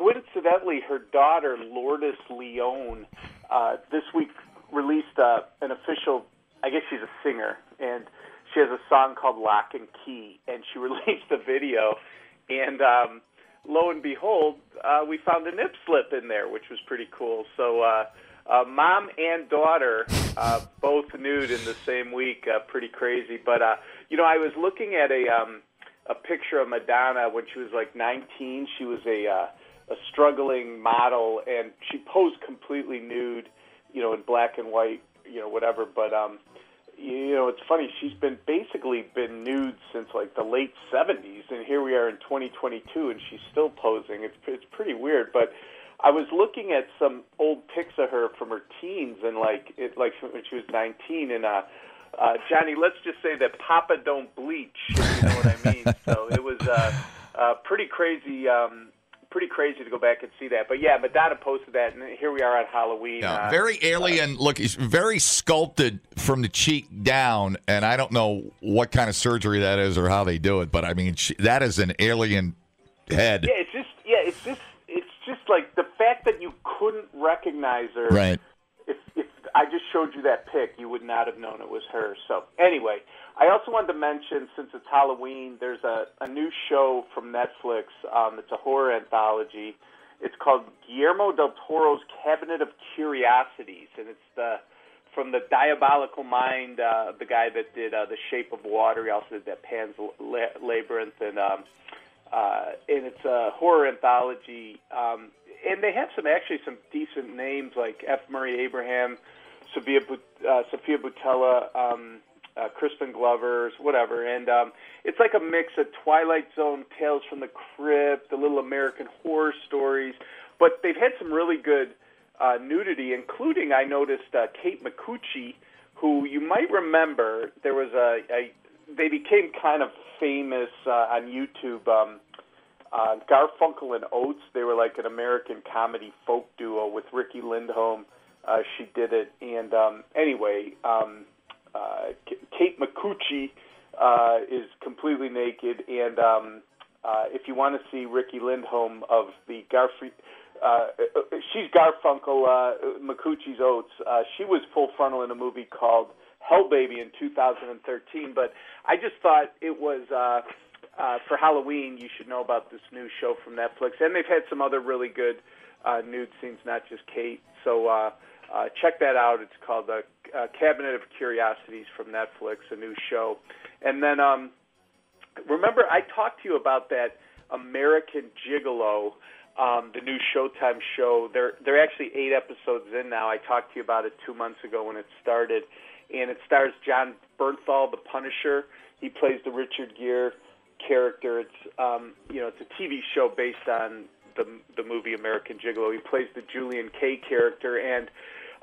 S13: coincidentally, her daughter, Lourdes Leone, uh, this week released uh, an official, I guess she's a singer, and she has a song called Lock and Key, and she released a video. And um, lo and behold, uh, we found a nip slip in there, which was pretty cool. So, uh, uh, mom and daughter uh, both nude in the same week. Uh, pretty crazy. But, uh, you know, I was looking at a. Um, a picture of Madonna when she was like 19. She was a uh, a struggling model, and she posed completely nude, you know, in black and white, you know, whatever. But um, you know, it's funny. She's been basically been nude since like the late 70s, and here we are in 2022, and she's still posing. It's it's pretty weird, but. I was looking at some old pics of her from her teens and like it like when she was 19 and uh uh, Johnny, let's just say that Papa don't bleach. if You know what I mean? so it was uh, uh, pretty crazy. Um, pretty crazy to go back and see that. But yeah, Madonna posted that, and here we are on Halloween.
S5: Yeah,
S13: uh,
S5: very alien look. It's very sculpted from the cheek down, and I don't know what kind of surgery that is or how they do it, but I mean she, that is an alien head.
S13: Yeah, it's just yeah, it's just it's just like the fact that you couldn't recognize her.
S5: Right.
S13: If if I just showed you that pic, you would not have known it was her. So anyway, I also wanted to mention since it's Halloween, there's a a new show from Netflix. Um, it's a horror anthology. It's called Guillermo del Toro's Cabinet of Curiosities, and it's the from the diabolical mind, uh, the guy that did uh, The Shape of Water. He also did that Pan's La- Labyrinth, and um, uh, and it's a horror anthology. Um, and they have some actually some decent names like F. Murray Abraham, Sophia, Bu- uh, Sophia Butella, um, uh, Crispin Glover's, whatever. And um, it's like a mix of Twilight Zone, Tales from the Crypt, The Little American Horror Stories. But they've had some really good uh, nudity, including I noticed uh, Kate McCucci, who you might remember. There was a, a they became kind of famous uh, on YouTube. Um, uh, Garfunkel and Oates, they were like an American comedy folk duo with Ricky Lindholm. Uh, she did it, and um, anyway, um, uh, K- Kate McCucci uh, is completely naked, and um, uh, if you want to see Ricky Lindholm of the Garfield, uh, uh, she's Garfunkel, uh, McCucci's Oates. Uh, she was full frontal in a movie called Hell Baby in 2013, but I just thought it was. Uh, uh, for Halloween, you should know about this new show from Netflix, and they've had some other really good uh, nude scenes, not just Kate. So uh, uh, check that out. It's called the uh, Cabinet of Curiosities from Netflix, a new show. And then um, remember, I talked to you about that American Gigolo, um, the new Showtime show. They're they're actually eight episodes in now. I talked to you about it two months ago when it started, and it stars John Bernthal, the Punisher. He plays the Richard Gere character. It's um, you know it's a TV show based on the the movie American Gigolo. He plays the Julian K character, and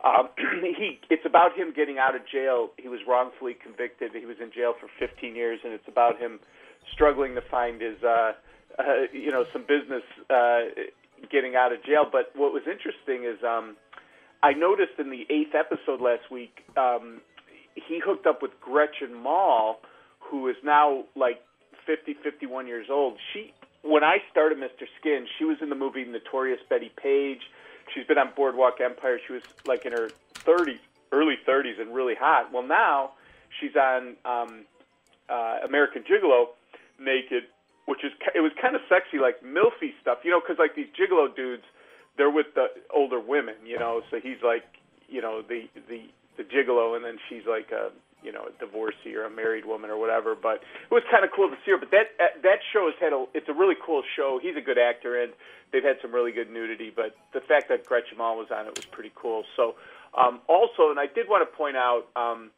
S13: um, he it's about him getting out of jail. He was wrongfully convicted. He was in jail for 15 years, and it's about him struggling to find his uh, uh, you know some business uh, getting out of jail. But what was interesting is um, I noticed in the eighth episode last week. Um, he hooked up with Gretchen Mol, who is now like 50, 51 years old. She, when I started Mr. Skin, she was in the movie Notorious Betty Page. She's been on Boardwalk Empire. She was like in her 30s, early 30s, and really hot. Well, now she's on um, uh, American Gigolo, naked, which is ki- it was kind of sexy, like milfy stuff, you know, because like these gigolo dudes, they're with the older women, you know. So he's like, you know, the the the gigolo, and then she's like a you know a divorcee or a married woman or whatever. But it was kind of cool to see her. But that uh, that show has had a it's a really cool show. He's a good actor, and they've had some really good nudity. But the fact that Gretchen Mol was on it was pretty cool. So um, also, and I did want to point out. Um,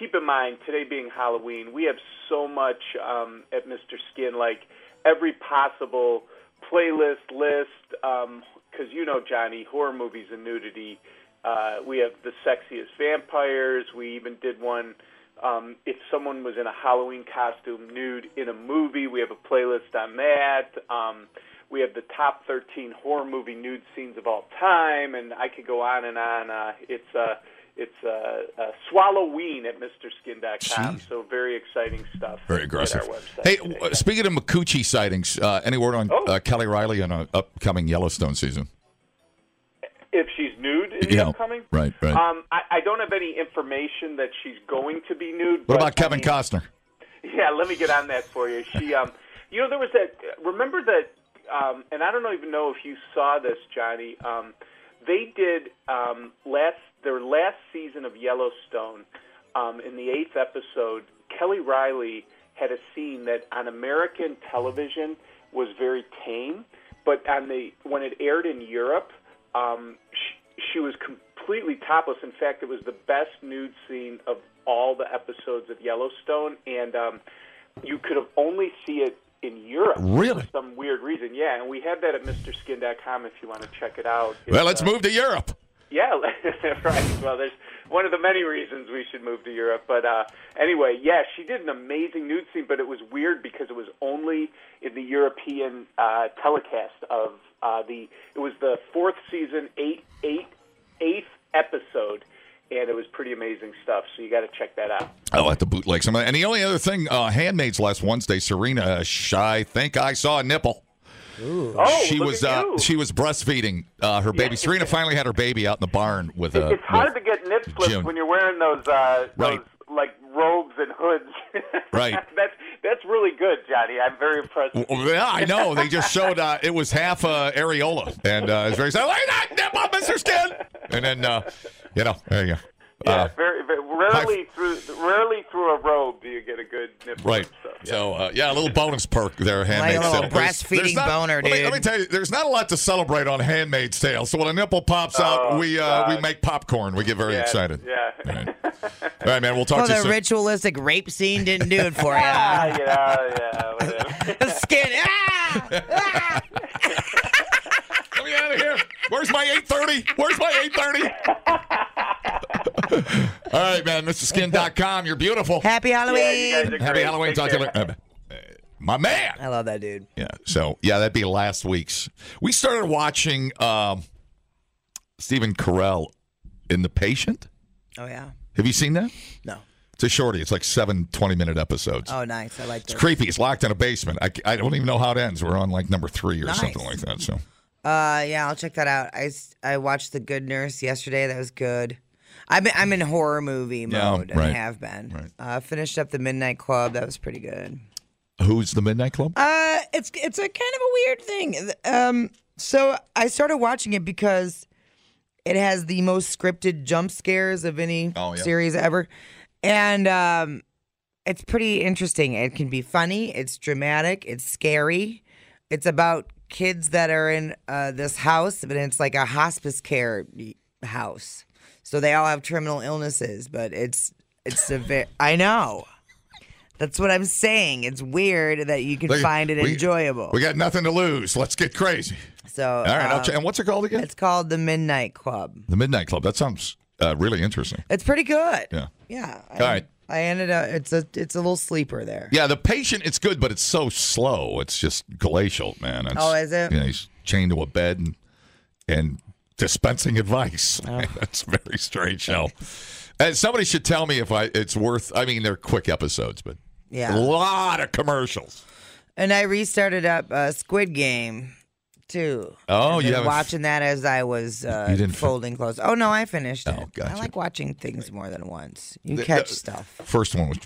S13: keep in mind today being Halloween, we have so much um, at Mr. Skin, like every possible playlist list. Because you know, Johnny, horror movies and nudity. Uh, we have the sexiest vampires. We even did one. Um, if someone was in a Halloween costume nude in a movie, we have a playlist on that. Um, we have the top 13 horror movie nude scenes of all time, and I could go on and on. Uh, it's uh, it's uh, uh, Swallowween at MrSkin.com. So very exciting stuff.
S5: Very aggressive. Hey, w- speaking of Makuchi sightings, uh, any word
S13: Oh.
S5: on uh, Kelly Riley on an upcoming Yellowstone season?
S13: If she's nude in the
S5: Yeah,
S13: upcoming,
S5: right, right.
S13: Um, I, I don't have any information that she's going to be nude.
S5: What
S13: but,
S5: about
S13: I
S5: Kevin
S13: mean,
S5: Costner?
S13: Yeah, let me get on that for you. She, um, you know, there was that. Remember that, um, and I don't even know if you saw this, Johnny. Um, they did um, last their last season of Yellowstone. Um, in the eighth episode, Kelly Riley had a scene that on American television was very tame, but on the when it aired in Europe, um, she, she was completely topless. In fact, it was the best nude scene of all the episodes of Yellowstone, and um, you could have only see it in Europe
S5: Really?
S13: for some weird reason. Yeah, and we have that at MrSkin.com if you want to check it out.
S5: Well, let's
S13: It's, uh,
S5: move to Europe.
S13: yeah, right. Well, there's one of the many reasons we should move to Europe. But uh, anyway, yeah, she did an amazing nude scene, but it was weird because it was only in the European uh, telecast of uh, the. It was the fourth season, eight, eight, eighth episode, and it was pretty amazing stuff. So you got to check that out.
S5: I'll Oh, have to bootleg some. of that. And the only other thing, uh, Handmaids last Wednesday, Serena, sh- I think I saw a nipple.
S13: Oh,
S5: she
S13: look
S5: was
S13: at
S5: uh,
S13: you.
S5: she was breastfeeding uh, her baby. Serena finally had her baby out in the barn with a.
S13: it's hard to get nip slips
S5: June.
S13: when you're wearing those uh,
S5: Right.
S13: those like robes and hoods.
S5: Right.
S13: that's that's really good, Johnny. I'm very impressed. with you.
S5: yeah, I know. They just showed uh, it was half uh, areola, and uh, it's very sad. Look at that nipple, Mister Skin. And then uh, you know, there you go. Uh,
S13: Yeah, very, very rarely through rarely through a robe do you get a good nip.
S5: Right. So uh, yeah, a little bonus perk there, handmaid's
S4: little
S5: tale. There's-
S4: breastfeeding
S5: there's
S4: boner,
S5: let me- Let me
S4: dude.
S5: tell you, there's not a lot to celebrate on handmaid's tale. So when a nipple pops out,
S4: Oh,
S5: we uh, we
S4: God.
S5: make popcorn. We get very
S4: Yeah,
S5: excited.
S13: Yeah.
S5: All right, man. We'll talk
S4: Well,
S5: to you
S4: the
S5: soon.
S4: ritualistic rape scene didn't do it for you.
S13: yeah, yeah,
S4: whatever. Skin. Ah! Ah!
S5: Get me out of here. Where's my 830? Where's my 830? All right, man. MrSkin.com. You're beautiful.
S4: Happy Halloween.
S5: Happy Halloween. Talk to you later. Uh, My man.
S4: I love that dude.
S5: Yeah. So yeah, that'd be last week's. We started watching um, Stephen Carell in The Patient.
S4: Oh yeah.
S5: Have you seen that?
S4: No.
S5: It's a shorty. It's like seven 20 minute episodes.
S4: Oh nice. I like
S5: It's
S4: that.
S5: creepy. It's locked in a basement. I, I don't even know how it ends. We're on like number three or
S4: Nice.
S5: something like that. So
S4: Uh, yeah, I'll check that out. I, s- I watched The Good Nurse yesterday. That was good. I've been, I'm in horror movie
S5: Yeah,
S4: mode and
S5: right,
S4: have been. Uh, finished up The Midnight Club. That was pretty good.
S5: who's the Midnight Club?
S4: Uh, it's it's a kind of a weird thing. Um, so I started watching it because it has the most scripted jump scares of any
S14: Oh, yeah.
S4: series ever, and um, it's pretty interesting. It can be funny. It's dramatic. It's scary. It's about kids that are in uh, this house, but it's like a hospice care house. So they all have terminal illnesses, but it's it's a ve- I know. That's what I'm saying. It's weird that you can
S5: Look,
S4: find it
S5: we-
S4: enjoyable.
S5: We got nothing to lose. Let's get crazy.
S4: so
S5: All right. I'll
S4: um,
S5: ch- and what's it called again?
S4: It's called the Midnight Club.
S5: The Midnight Club. That sounds uh, really interesting.
S4: It's pretty good.
S5: Yeah.
S4: Yeah. I,
S5: All right.
S4: I ended up. It's a it's a little sleeper there.
S5: Yeah, the patient, it's good, but it's so slow. It's just glacial, man. It's-
S4: Oh, is it?
S5: You know, he's chained to a bed
S4: Oh.
S5: and and dispensing advice. That's a very strange show. And somebody should tell me if I it's worth. I mean, they're quick episodes, but
S4: Yeah.
S5: a lot of commercials.
S4: And I restarted up uh, Squid Game too.
S5: Oh,
S4: I've
S5: you
S4: been
S5: haven't-
S4: watching that as I was uh,
S5: you didn't fin-
S4: folding clothes. Oh no, I finished it.
S5: gotcha.
S4: I like watching things more than once. You
S5: The-
S4: catch
S5: the
S4: stuff.
S5: First one was,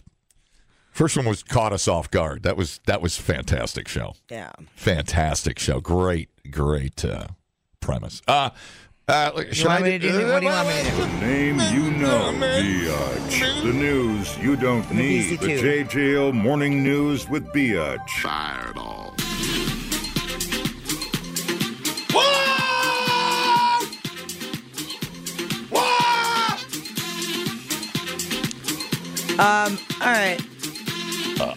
S5: first one was caught us off guard. That was that was fantastic show.
S4: Yeah.
S5: Fantastic show. Great, great uh, premise. Uh, uh, should
S4: You want
S5: I
S4: me to do?
S5: uh,
S4: What do you want me to do?
S1: Name you know, Biatch. The news you don't need. The
S4: BC2.
S1: JJO Morning News with Biatch. Fireball.
S4: Um. All right.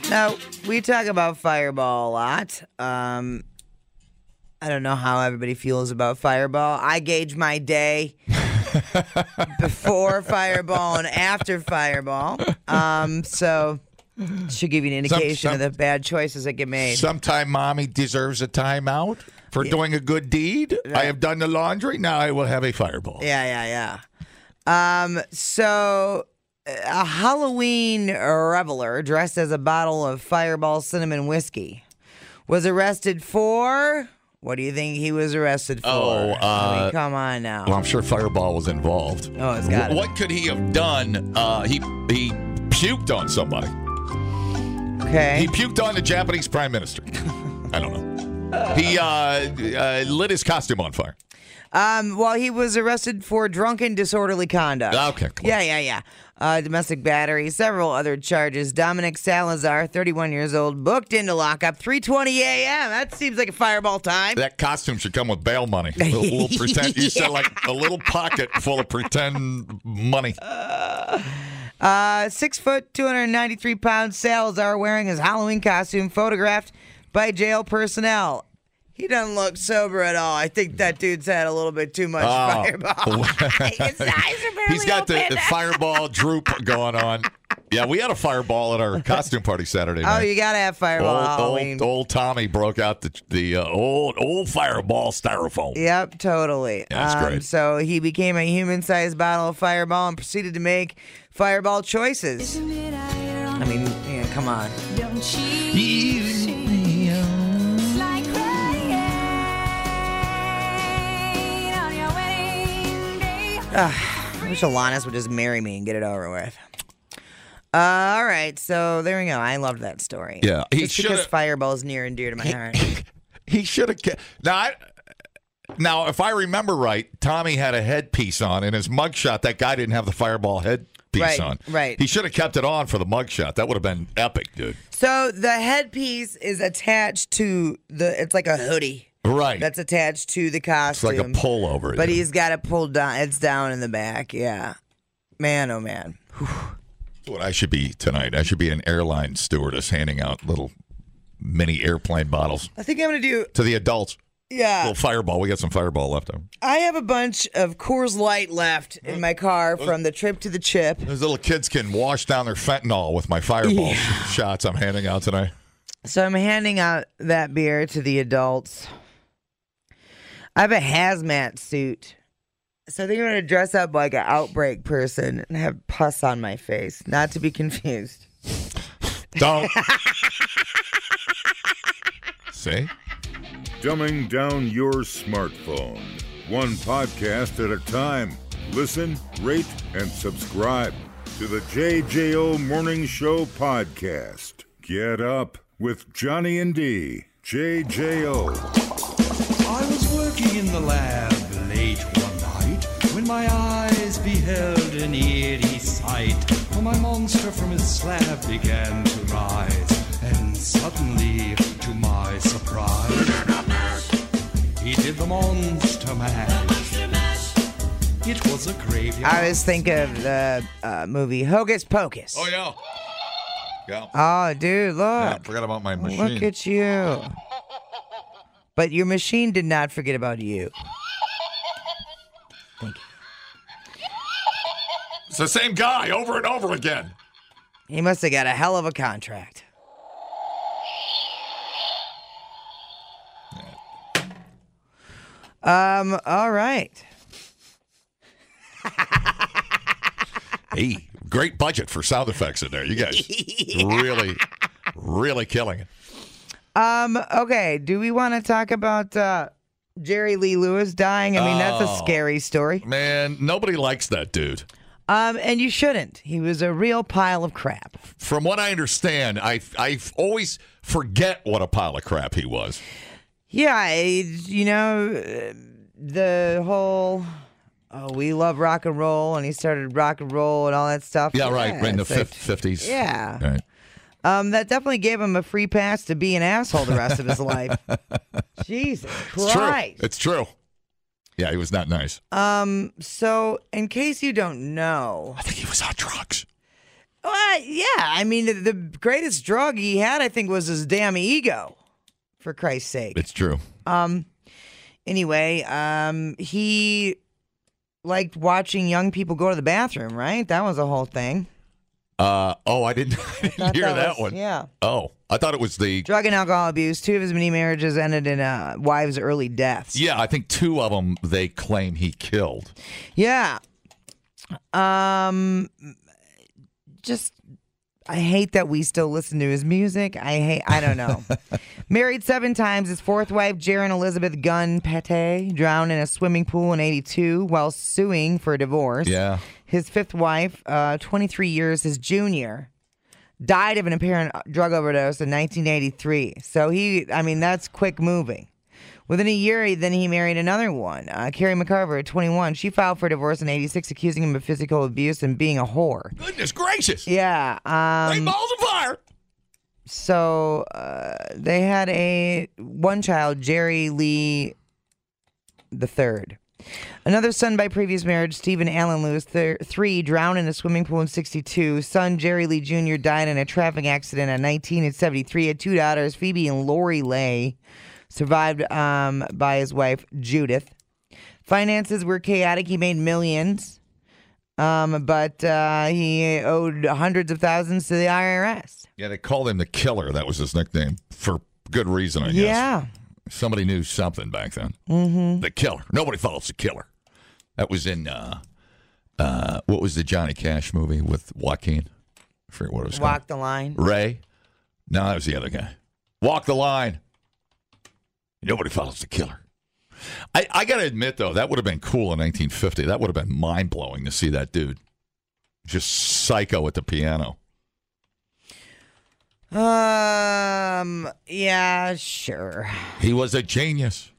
S4: Now we talk about Fireball a lot. Um. I don't know how everybody feels about Fireball. I gauge my day before Fireball and after Fireball. Um. So it should give you an
S5: Some-
S4: indication
S5: some-
S4: of the bad choices that get made.
S5: Sometime mommy deserves a timeout for doing a good deed. I have done the laundry. Now I will have a fireball.
S4: Yeah, yeah, yeah. Um, so a Halloween reveler dressed as a bottle of Fireball cinnamon whiskey was arrested for. What do you think he was arrested for?
S5: Oh,
S4: I mean,
S5: uh,
S4: come on now.
S5: Well, I'm sure Fireball was involved.
S4: Oh, it's gotta
S5: Wh- What could he have done? Uh, he he puked on somebody.
S4: Okay.
S5: He puked on the Japanese prime minister. I don't know. He uh, uh, lit his costume on fire.
S4: Um, well, he was arrested for drunken disorderly conduct.
S5: Okay, close.
S4: Yeah, yeah, yeah. Uh, domestic battery, several other charges. Dominic Salazar, 31 years old, booked into lockup 3:20 a.m. That seems like a fireball time.
S5: That costume should come with bail money. A little, little pretend. You said like a little pocket full of pretend money.
S4: Uh, six foot, 293 pound Salazar wearing his Halloween costume, photographed by jail personnel. He doesn't look sober at all. I think that dude's had a little bit too much
S5: Oh.
S4: fireball.
S5: He's got the, the fireball droop going on. Yeah, we had a fireball at our costume party Saturday
S4: oh,
S5: night.
S4: you gotta have fireball
S5: Old,
S4: Halloween.
S5: old, old Tommy broke out the the uh, old old fireball styrofoam.
S4: Yep, totally. Um,
S5: Yeah, that's great.
S4: So he became a human-sized bottle of Fireball and proceeded to make Fireball choices. I mean, yeah, come on. Ugh, I wish Alanis would just marry me and get it over with. Uh, all right, so there we go. I loved that story.
S5: Yeah, he
S4: just because
S5: shoulda-
S4: Fireball is near and dear to my heart.
S5: He should have kept. Now, I, now, if I remember right, Tommy had a headpiece on in his mugshot. That guy didn't have the fireball headpiece
S4: Right,
S5: on.
S4: right.
S5: He should have kept it on for the mugshot. That would have been epic, dude.
S4: so the headpiece is attached to the. It's like a hoodie.
S5: Right.
S4: That's attached to the
S5: it's
S4: costume.
S5: like a pullover.
S4: But
S5: you know.
S4: he's got it pulled down. It's down in the back. Yeah. Man, oh man.
S5: That's what I should be tonight. I should be an airline stewardess handing out little mini airplane bottles
S4: I think I'm going to do.
S5: to the adults.
S4: Yeah.
S5: Little fireball. We got some fireball left over.
S4: I have a bunch of Coors Light left in my car from the trip to the chip.
S5: Those little kids can wash down their fentanyl with my fireball sh- shots I'm handing out tonight.
S4: So I'm handing out that beer to the adults. I have a hazmat suit. So I think I'm going to dress up like an outbreak person and have pus on my face, not to be confused.
S5: Don't. See?
S1: Dumbing down your smartphone. One podcast at a time. Listen, rate, and subscribe to the JJO Morning Show podcast. Get up with Johnny and D. JJO.
S14: I was working in the lab late one night when my eyes beheld an eerie sight. For my monster from his slab began to rise, and suddenly, to my surprise, he did the monster mash. It was a graveyard.
S4: I always think of the uh, movie Hocus Pocus.
S5: Oh, yeah. Yeah.
S4: Oh, dude, look.
S5: Yeah, I forgot about my machine.
S4: Look at you. But your machine did not forget about you.
S5: It's the same guy over and over again.
S4: He must have got a hell of a contract. Um, all right.
S5: hey, great budget for sound effects in there. You guys really, really killing it.
S4: Um. Okay. Do we want to talk about uh, Jerry Lee Lewis dying? I mean, that's
S5: Oh.
S4: a scary story.
S5: Man, nobody likes that dude.
S4: Um, and you shouldn't. He was a real pile of crap.
S5: From what I understand, I I always forget what a pile of crap he was.
S4: Yeah. I- You know, uh, the whole. Oh, we love rock and roll, and he started rock and roll and all that stuff.
S5: Yeah, right. right in the
S4: it's like-
S5: fifties.
S4: Yeah.
S5: Right.
S4: Um, that definitely gave him a free pass to be an asshole the rest of his life. Jesus
S5: It's true.
S4: Christ.
S5: It's true. Yeah, he was not nice.
S4: Um, so in case you don't know, I
S5: think he was on drugs.
S4: Well, yeah. I mean, the, the greatest drug he had, I think, was his damn ego. For Christ's sake.
S5: It's true.
S4: Um. Anyway, um, he liked watching young people go to the bathroom. Right. That was a whole thing.
S5: Uh oh, I didn't, I didn't
S4: thought
S5: hear
S4: that
S5: that,
S4: was-
S5: one.
S4: yeah.
S5: Oh, I thought it was the.
S4: Drug and alcohol abuse. Two of his many marriages ended in uh, wives' early deaths.
S5: Yeah, I think two of them they claim he killed.
S4: Yeah. Um just I hate that we still listen to his music. I hate I don't know. Married 7 times, his fourth wife Sharon Elizabeth Gunn Pate drowned in a swimming pool in 82 while suing for divorce.
S5: Yeah.
S4: His fifth wife, uh 23 years his junior, died of an apparent drug overdose in 1983. So he, I mean, that's quick moving. Within a year, he- then he married another one, uh, Carrie McCarver, at 21. She filed for divorce in 86, accusing him of physical abuse and being a whore.
S5: Goodness gracious!
S4: Yeah. Um,
S5: Great balls of fire.
S4: So uh, they had a one child, Jerry Lee the third. Another son by previous marriage, Stephen Allen Lewis thir- three, drowned in a swimming pool in '62. Son Jerry Lee Jr. died in a traffic accident in 1973. Had two daughters, Phoebe and Lori Lay, survived um, by his wife Judith. Finances were chaotic. He made millions, um, but uh, he owed hundreds of thousands to the IRS.
S5: Yeah, they called him the killer. That was his nickname for good reason, I guess.
S4: Yeah.
S5: Somebody knew something back then.
S4: Mm-hmm.
S5: The killer. Nobody thought it was the killer. That was in uh, uh, what was the Johnny Cash movie with Joaquin? I forget what it was called.
S4: Walk the line.
S5: Ray? No, that was the other guy. Walk the line. Nobody follows the killer. I, I got to admit, though, that would have been cool in 1950. That would have been mind blowing to see that dude just psycho at the piano.
S4: Um. Yeah. Sure.
S5: He was a genius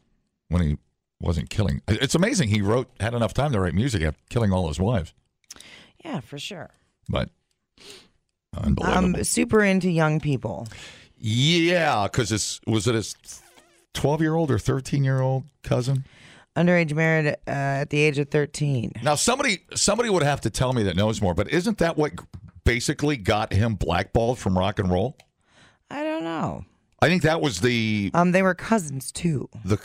S5: when he wasn't killing. It's amazing he wrote, had enough time to write music after killing all his wives,
S4: Yeah, for sure.
S5: but unbelievable.
S4: I'm super into young people.
S5: yeah, because it's was it his 12 year old or 13 year old cousin?
S4: Underage married uh, at the age of 13.
S5: Now somebody somebody would have to tell me that knows more, but isn't that what basically got him blackballed from rock and roll?
S4: I don't know.
S5: I think that was the
S4: Um, they were cousins too.
S5: the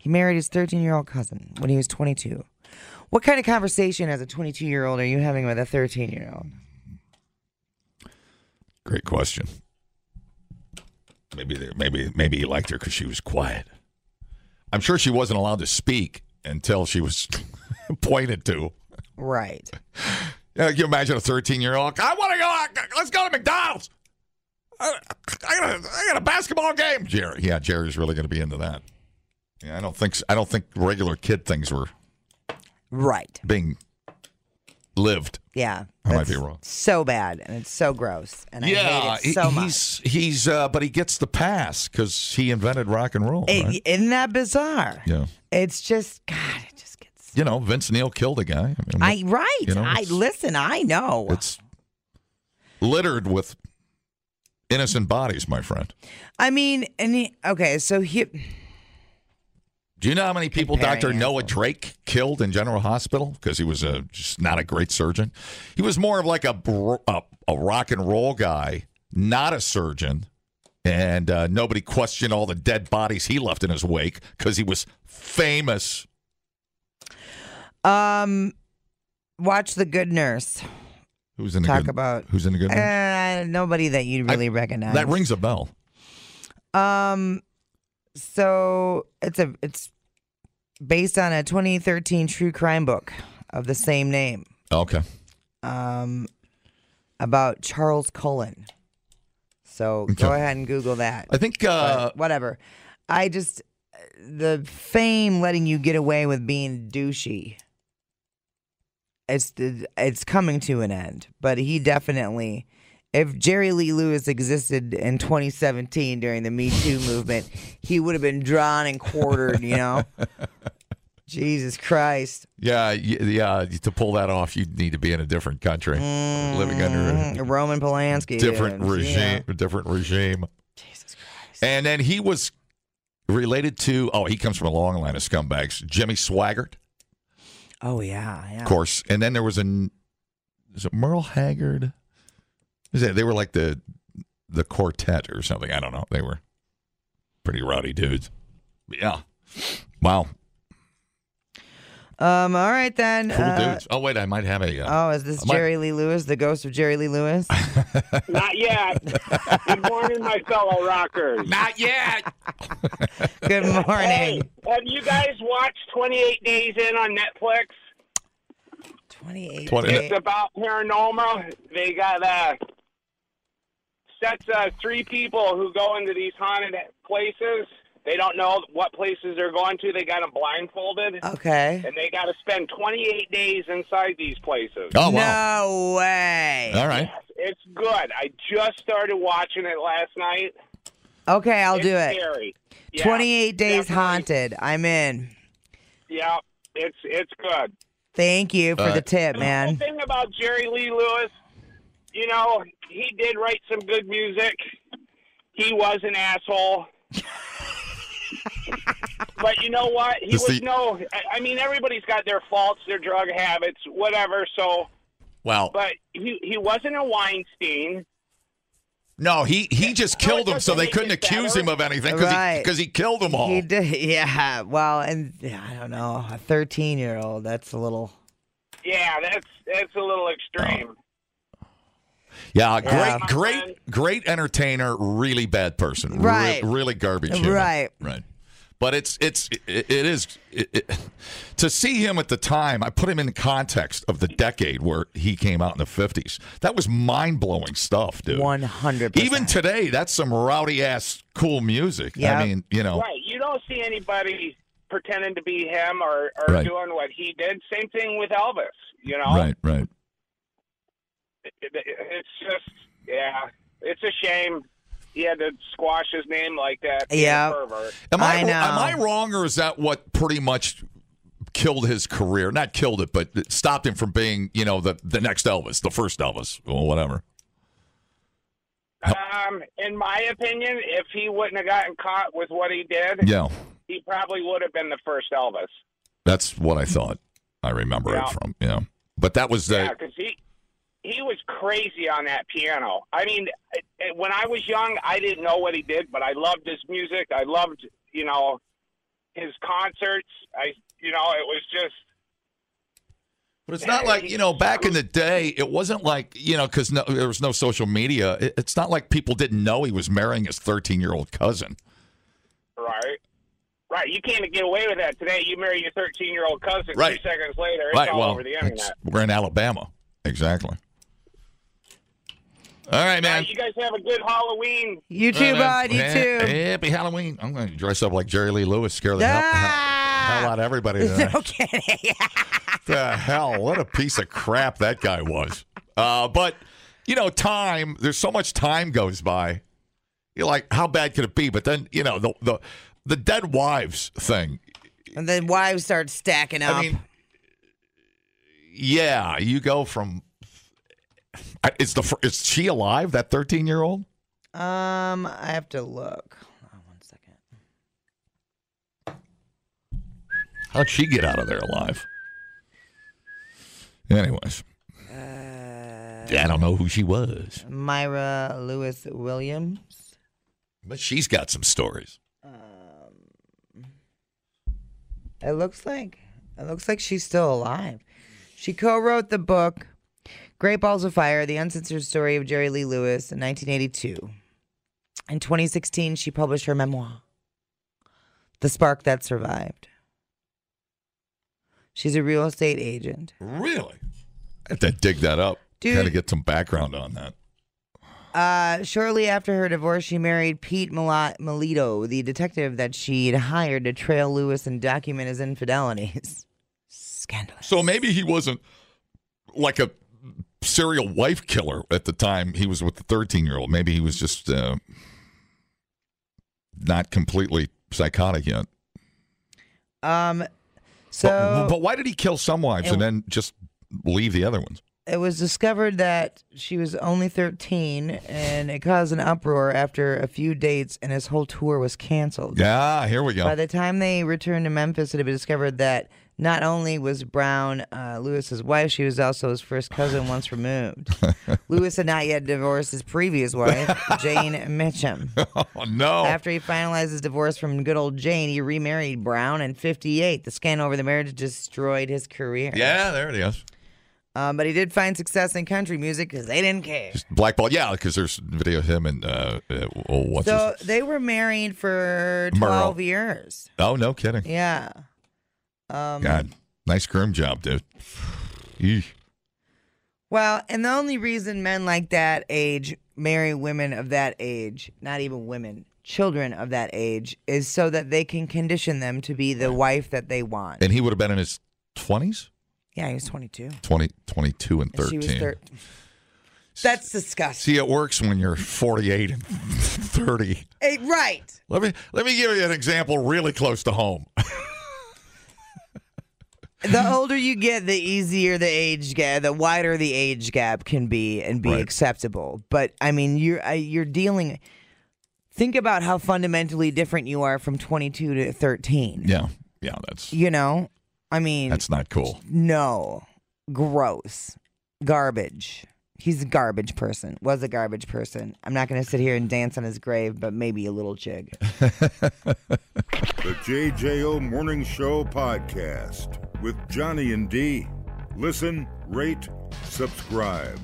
S4: He married his 13 year old cousin when he was 22. What kind of conversation as a 22 year old are you having with a 13 year old?
S5: great question. Maybe they, maybe maybe he liked her because she was quiet. I'm sure she wasn't allowed to speak until she was pointed to.
S4: Right.
S5: Yeah, can you imagine a 13 year old? I want to go. out. Let's go to McDonald's. I, I, got a, I got a basketball game. Jerry, yeah, Jerry's really going to be into that. Yeah, I don't think s- I don't think regular kid things were
S4: Right.
S5: being lived.
S4: Yeah.
S5: I might
S4: that's
S5: be wrong.
S4: So bad and it's so gross and I
S5: yeah,
S4: hate it so
S5: he-
S4: much.
S5: he's he's uh, but he gets the pass because he invented rock and roll.
S4: It-
S5: right?
S4: Isn't that bizarre?
S5: Yeah,
S4: It's just God.
S5: you know, Vince Neil killed a guy. mean,
S4: I right.
S5: you know,
S4: I
S5: it's-
S4: listen. I know.
S5: It's littered with innocent bodies, my friend.
S4: I mean, and he, okay, so he
S5: Do you know how many people
S4: Comparing
S5: Dr. Noah Drake killed in General Hospital because he was a, just not a great surgeon? He was more of like a bro- a, a rock and roll guy, not a surgeon. And uh, nobody questioned all the dead bodies he left in his wake because he was famous.
S4: um watch The Good Nurse.
S5: Who's in a
S4: Talk
S5: good,
S4: about
S5: who's in a good nurse?
S4: Uh, nobody that you really recognize.
S5: That rings a bell.
S4: Um, so it's a it's based on a 2013 true crime book of the same name.
S5: Okay,
S4: um, about Charles Cullen. So go
S5: Okay.
S4: ahead and Google that.
S5: I think uh,
S4: But whatever. I just the fame letting you get away with being douchey. It's it's coming to an end, but he definitely. If Jerry Lee Lewis existed in 2017 during the Me Too movement, he would have been drawn and quartered. You know. Jesus Christ.
S5: yeah, y- yeah. To pull that off, you would need to be in a different country, living under
S4: Mm, Roman
S5: a
S4: Polanski.
S5: different
S4: dude.
S5: regime. A different regime. Jesus Christ. And then he was related to. Oh, he comes from a long line of scumbags. Jimmy Swaggart,
S4: Oh yeah, yeah.
S5: of course. And then there was an. Is it Merle Haggard? Is that they were like the the quartet or something? I don't know. They were pretty rowdy dudes. But yeah. Wow.
S4: Um. All right then.
S5: Cool
S4: uh,
S5: dudes. Oh wait, I might have a. Uh,
S4: Oh, is this
S5: I might-
S4: Jerry Lee Lewis, the ghost of Jerry Lee Lewis?
S15: Not yet. Good morning, my fellow rockers.
S5: Not yet.
S4: Good morning.
S15: Have you guys watched 28 Days In on Netflix?
S4: 28
S5: Twenty-
S15: It's about paranormal. They got uh, sets of three people who go into these haunted places. They don't know what places they're going to. They got them blindfolded.
S4: Okay.
S15: And they got to spend 28 days inside these places.
S4: No way.
S5: Oh, All right.
S15: It's good. I just started watching it last night.
S4: Okay, I'll
S15: It's
S4: do it.
S15: scary. Yeah,
S4: 28 days
S15: definitely.
S4: haunted. I'm in.
S15: Yeah, it's it's good.
S4: Thank you for
S15: All
S5: Uh,
S4: the
S15: right.
S4: tip,
S15: The
S4: man.
S15: thing about Jerry Lee Lewis, you know, he did write some good music. He was an asshole. but you know what? He
S5: Does
S15: was
S5: the-
S15: no. oh, I- I mean, everybody's got their faults, their drug habits, whatever. So,
S5: Wow.
S15: but he he wasn't a Weinstein.
S5: No, he he just killed them, so they couldn't accuse him of anything because
S4: Right.
S5: he because he killed them all.
S4: He did. Yeah. Well, and yeah, I don't know. A 13 year old. That's a little.
S15: Yeah, that's that's a little extreme.
S5: Oh. yeah, great,
S4: Yeah.
S5: great, great entertainer, really bad person, Re-
S4: Right.
S5: really garbage, human.
S4: Right.
S5: right. But it's it's it, it is it, it, to see him at the time. I put him in the context of the decade where he came out in the fifties. That was mind blowing stuff, dude.
S4: 100.
S5: Even today, that's some rowdy ass cool music.
S4: Yeah.
S5: I mean, you know,
S15: Right. You don't see anybody pretending to be him or, or
S5: Right.
S15: doing what he did. Same thing with Elvis, you know?
S5: right, right.
S15: It- it- It's just, yeah, it's a shame he had to squash his name like that. being a
S5: Yeah.
S15: pervert.
S5: Am I, am I wrong, or is that what pretty much killed his career? Not killed it, but it stopped him from being, you know, the the next Elvis, the first Elvis, or whatever.
S15: Um, in my opinion, if he wouldn't have gotten caught with what he did,
S5: Yeah,
S15: he probably would have been the first Elvis.
S5: that's what I thought. I remember
S15: Yeah.
S5: it from. Yeah, but that was the
S15: Yeah, because he he was crazy on that piano. I mean, it- it- when I was young, I didn't know what he did, but I loved his music. I loved, you know, his concerts. I, you know, it was just
S5: But it's not like you know back in the day. It wasn't like you know because no, there was no social media. It- it's not like people didn't know he was marrying his thirteen-year-old cousin.
S15: right, right. You can't get away with that today. You marry your thirteen-year-old cousin.
S5: Right.
S15: Two seconds later, it's all over the
S5: it's-
S15: internet.
S5: we're in Alabama, exactly. All right, man.
S15: You guys have a good Halloween.
S4: You too, bud. You too.
S5: Happy Halloween. I'm going to dress up like Jerry Lee Lewis, scare the hell, hell, hell out of everybody. Tonight.
S4: No kidding.
S5: the hell? What a piece of crap that guy was. Uh, but, you know, time, there's so much time goes by. You're like, how bad could it be? But then, you know, the, the, the dead wives thing,
S4: and then wives start stacking up.
S5: yeah, you go from. I- Is the fir- is she alive? That thirteen year old?
S4: um, I have to look.
S5: How'd she get out of there alive? Anyways,
S4: Uh,
S5: I don't know who she was,
S4: Myra Lewis Williams.
S5: but she's got some stories.
S4: It looks like it looks like she's still alive. She co-wrote the book Great Balls of Fire: The Uncensored Story of Jerry Lee Lewis in 1982. In 2016, she published her memoir, The Spark That Survived. She's a real estate agent.
S5: Really? I have to dig that up.
S4: Dude.
S5: Kind of get some background on that.
S4: Uh, shortly after her divorce, she married Pete Mala- Melito, the detective that she'd hired to trail Lewis and document his infidelities.
S5: So maybe he wasn't like a serial wife killer at the time he was with the 13 year old. Maybe he was just uh, not completely psychotic yet.
S4: Um, so
S5: but, but why did he kill some wives and then just leave the other ones?
S4: it was discovered that she was only 13, and it caused an uproar after a few dates, and his whole tour was canceled.
S5: Yeah, here we go.
S4: By the time they returned to Memphis, it had been discovered that not only was Brown uh, Lewis's wife, she was also his first cousin once removed. Lewis had not yet divorced his previous wife, Jane Mitchum.
S5: oh, no.
S4: After he finalized his divorce from good old Jane, he remarried Brown in 58. The scandal over the marriage destroyed his career.
S5: Yeah, there it is.
S4: Um, but he did find success in country music because they didn't care.
S5: Blackball. Yeah, because there's video of him and uh, uh, oh, what's his
S4: so they were married for
S5: Merle.
S4: 12 years.
S5: Oh, no kidding.
S4: Yeah. Um,
S5: God, nice groom job, dude. Eesh.
S4: Well, and the only reason men like that age marry women of that age, not even women, children of that age, is so that they can condition them to be the wife that they want.
S5: And he would have been in his 20s?
S4: Yeah, he was 22.
S5: 20, 22 and
S4: And
S5: 13.
S4: She was 13. That's disgusting.
S5: See, it works when you're 48 and 30.
S4: Eh, right.
S5: Let me let me give you an example really close to home.
S4: The older you get, the easier the age gap, the wider the age gap can be and be acceptable. But I mean, you're I- you're dealing. Think about how fundamentally different you are from 22 to 13.
S5: Yeah, yeah, that's
S4: You know, I mean,
S5: that's not cool.
S4: No, gross, garbage. He's a garbage person. Was a garbage person. I'm not going to sit here and dance on his grave, but maybe a little jig.
S1: The JJO Morning Show podcast with Johnny and D. Listen, rate, subscribe.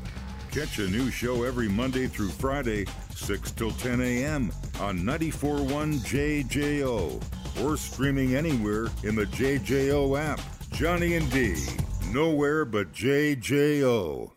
S1: Catch a new show every Monday through Friday, 6 till 10 a.m. on 94.1 JJO or streaming anywhere in the JJO app. Johnny and D. Nowhere but JJO.